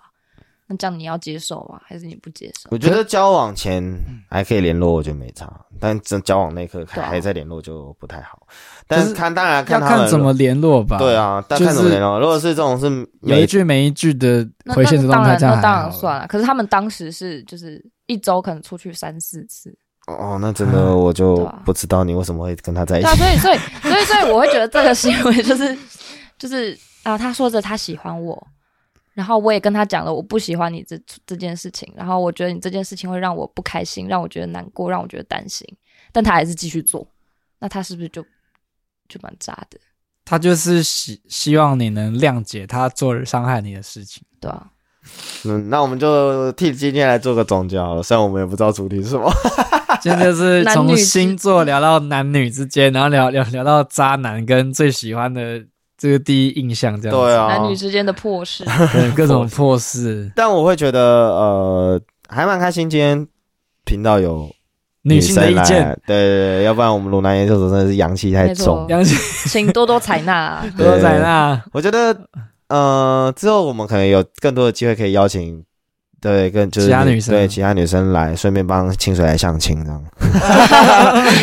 C: 那这样你要接受吗？还是你不接受？
B: 我觉得交往前还可以联络，我觉得没差。但真交往那一刻还
C: 对啊
B: 还在联络就不太好。
A: 但
B: 但
A: 是
B: 是看当然
A: 要
B: 看他
A: 看
B: 们
A: 怎么联络吧。
B: 对，啊，但
A: 就是
B: 看怎么联络。如果是这种是
A: 每一
B: 每
A: 句每一句的
C: 那
A: 回现实
C: 那
A: 状
C: 当
A: 态
C: 然，
A: 这样
C: 那
A: 还
C: 当然
A: 好啊
C: 算了。可是他们当时是就是一周可能出去三四次，
B: 哦，那 真的我就
C: 对啊
B: 不知道你为什么会跟他
A: 哎
B: 在一
C: 对啊，
B: 起。
C: 所以所以所以所以我会觉得这个行为就是就是啊，他说着他喜欢我，然后我也跟他讲了我不喜欢你这这件事情，然后我觉得你这件事情会让我不开心，让我觉得难过，让我觉得担心，但他还是继续做，那他是不是就就蛮渣的，
A: 他就是希希望你能谅解他做伤害你的事情。
C: 对吧、啊？
B: 嗯，那我们就替今天来做个总结好了。虽然我们也不知道主题是什么，
A: 现在就是
C: 男
A: 从
C: 女之
A: 星座聊到男女之间，然后聊聊聊到渣男跟最喜欢的这个第一印象这样子。
B: 对啊，
C: 男女之间的破 事，
A: 对，各 种破事，
B: 但我会觉得呃，还蛮开心今天频道有
A: 女性的
B: 生
A: 意
B: 来
A: 见，，
B: 对对对，要不然我们鲁南研究所真的是阳气太
C: 没错
B: 重。
A: 杨
C: 请多多采 纳、啊。
A: 多仔那
B: 我觉得呃，之后我们可能有更多的机会可以邀请。对，跟就是
A: 其他女生
B: 对其他女生来，顺便帮清水来相亲，这样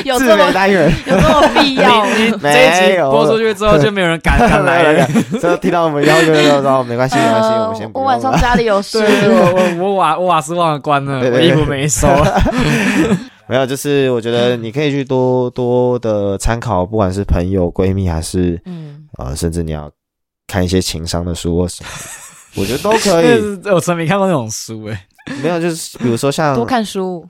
C: 有
B: 自
C: 哦这么
B: 媒单元，
C: 有这么必要吗？
A: 你你这一
B: 没
A: 集
B: 有
A: 播出去之后就没有人 敢敢来了。
B: 这听到我们邀约的时候，没关 系，没关系，
C: 呃
B: 我们先不
C: 我
B: 用
C: 晚上
B: 了
C: 家里 有 事
A: 对，，我我我瓦我瓦斯忘了关了，
B: 对
A: 我
B: 对
A: 衣
B: 对
A: 服没收。
B: 没有，就是我觉得你可以去多多的参考，不管是朋友、闺蜜，还是
C: 嗯，
B: 呃，甚至你要看一些情商的书或什么，我觉得都可以。
A: 这是我从没看过那种书欸诶，
B: 没有，就是比如说像
C: 多看书。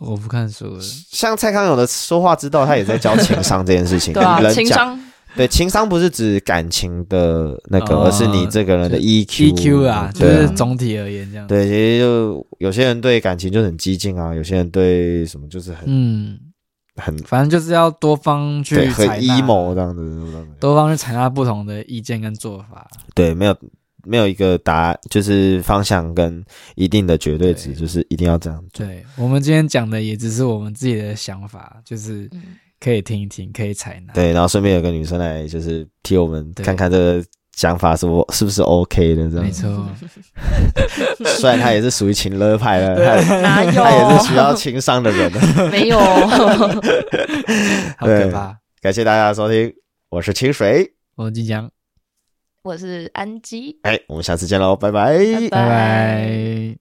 A: 我不看书的。
B: 像蔡康永的说话之道，他也在教情商这件事情。
C: 对啊，
B: 嗯人
C: 情
B: 讲
C: 商
B: 对情商不是指感情的那个，
A: 哦
B: 而是你这个人的 EQ。
A: EQ 啊，就
B: 对
A: 是
B: 啊
A: 总体而言这样。
B: 对，其实就有些人对感情就很激进啊，有些人对什么就是很
A: 嗯，
B: 很
A: 反正就是要多方去
B: 对很
A: 采纳
B: emo 这样子。
A: 多方去采纳不同的意见跟做法。
B: 对，没有没有一个答案，就是方向跟一定的绝对值，
A: 对
B: 就是一定要这样做。
A: 对我们今天讲的也只是我们自己的想法，就是
C: 嗯
A: 可以听一听，可以采纳。
B: 对，然后顺便有个女生来，就是替我们
A: 对
B: 看看这个想法是不是不是 OK 的这
A: 没
B: 样。
A: 错，
B: 虽然她也是属于情勒派的，她
C: 哪
B: 她
A: 啊
B: 也是
C: 有？
B: 需要情商的人。
C: 没有，
A: 好可怕。
B: 感谢大家的收听，我是清水，
A: 我即将，
C: 我是安吉，
B: 哎，我们下次见喽，拜拜
C: 拜
A: 拜拜。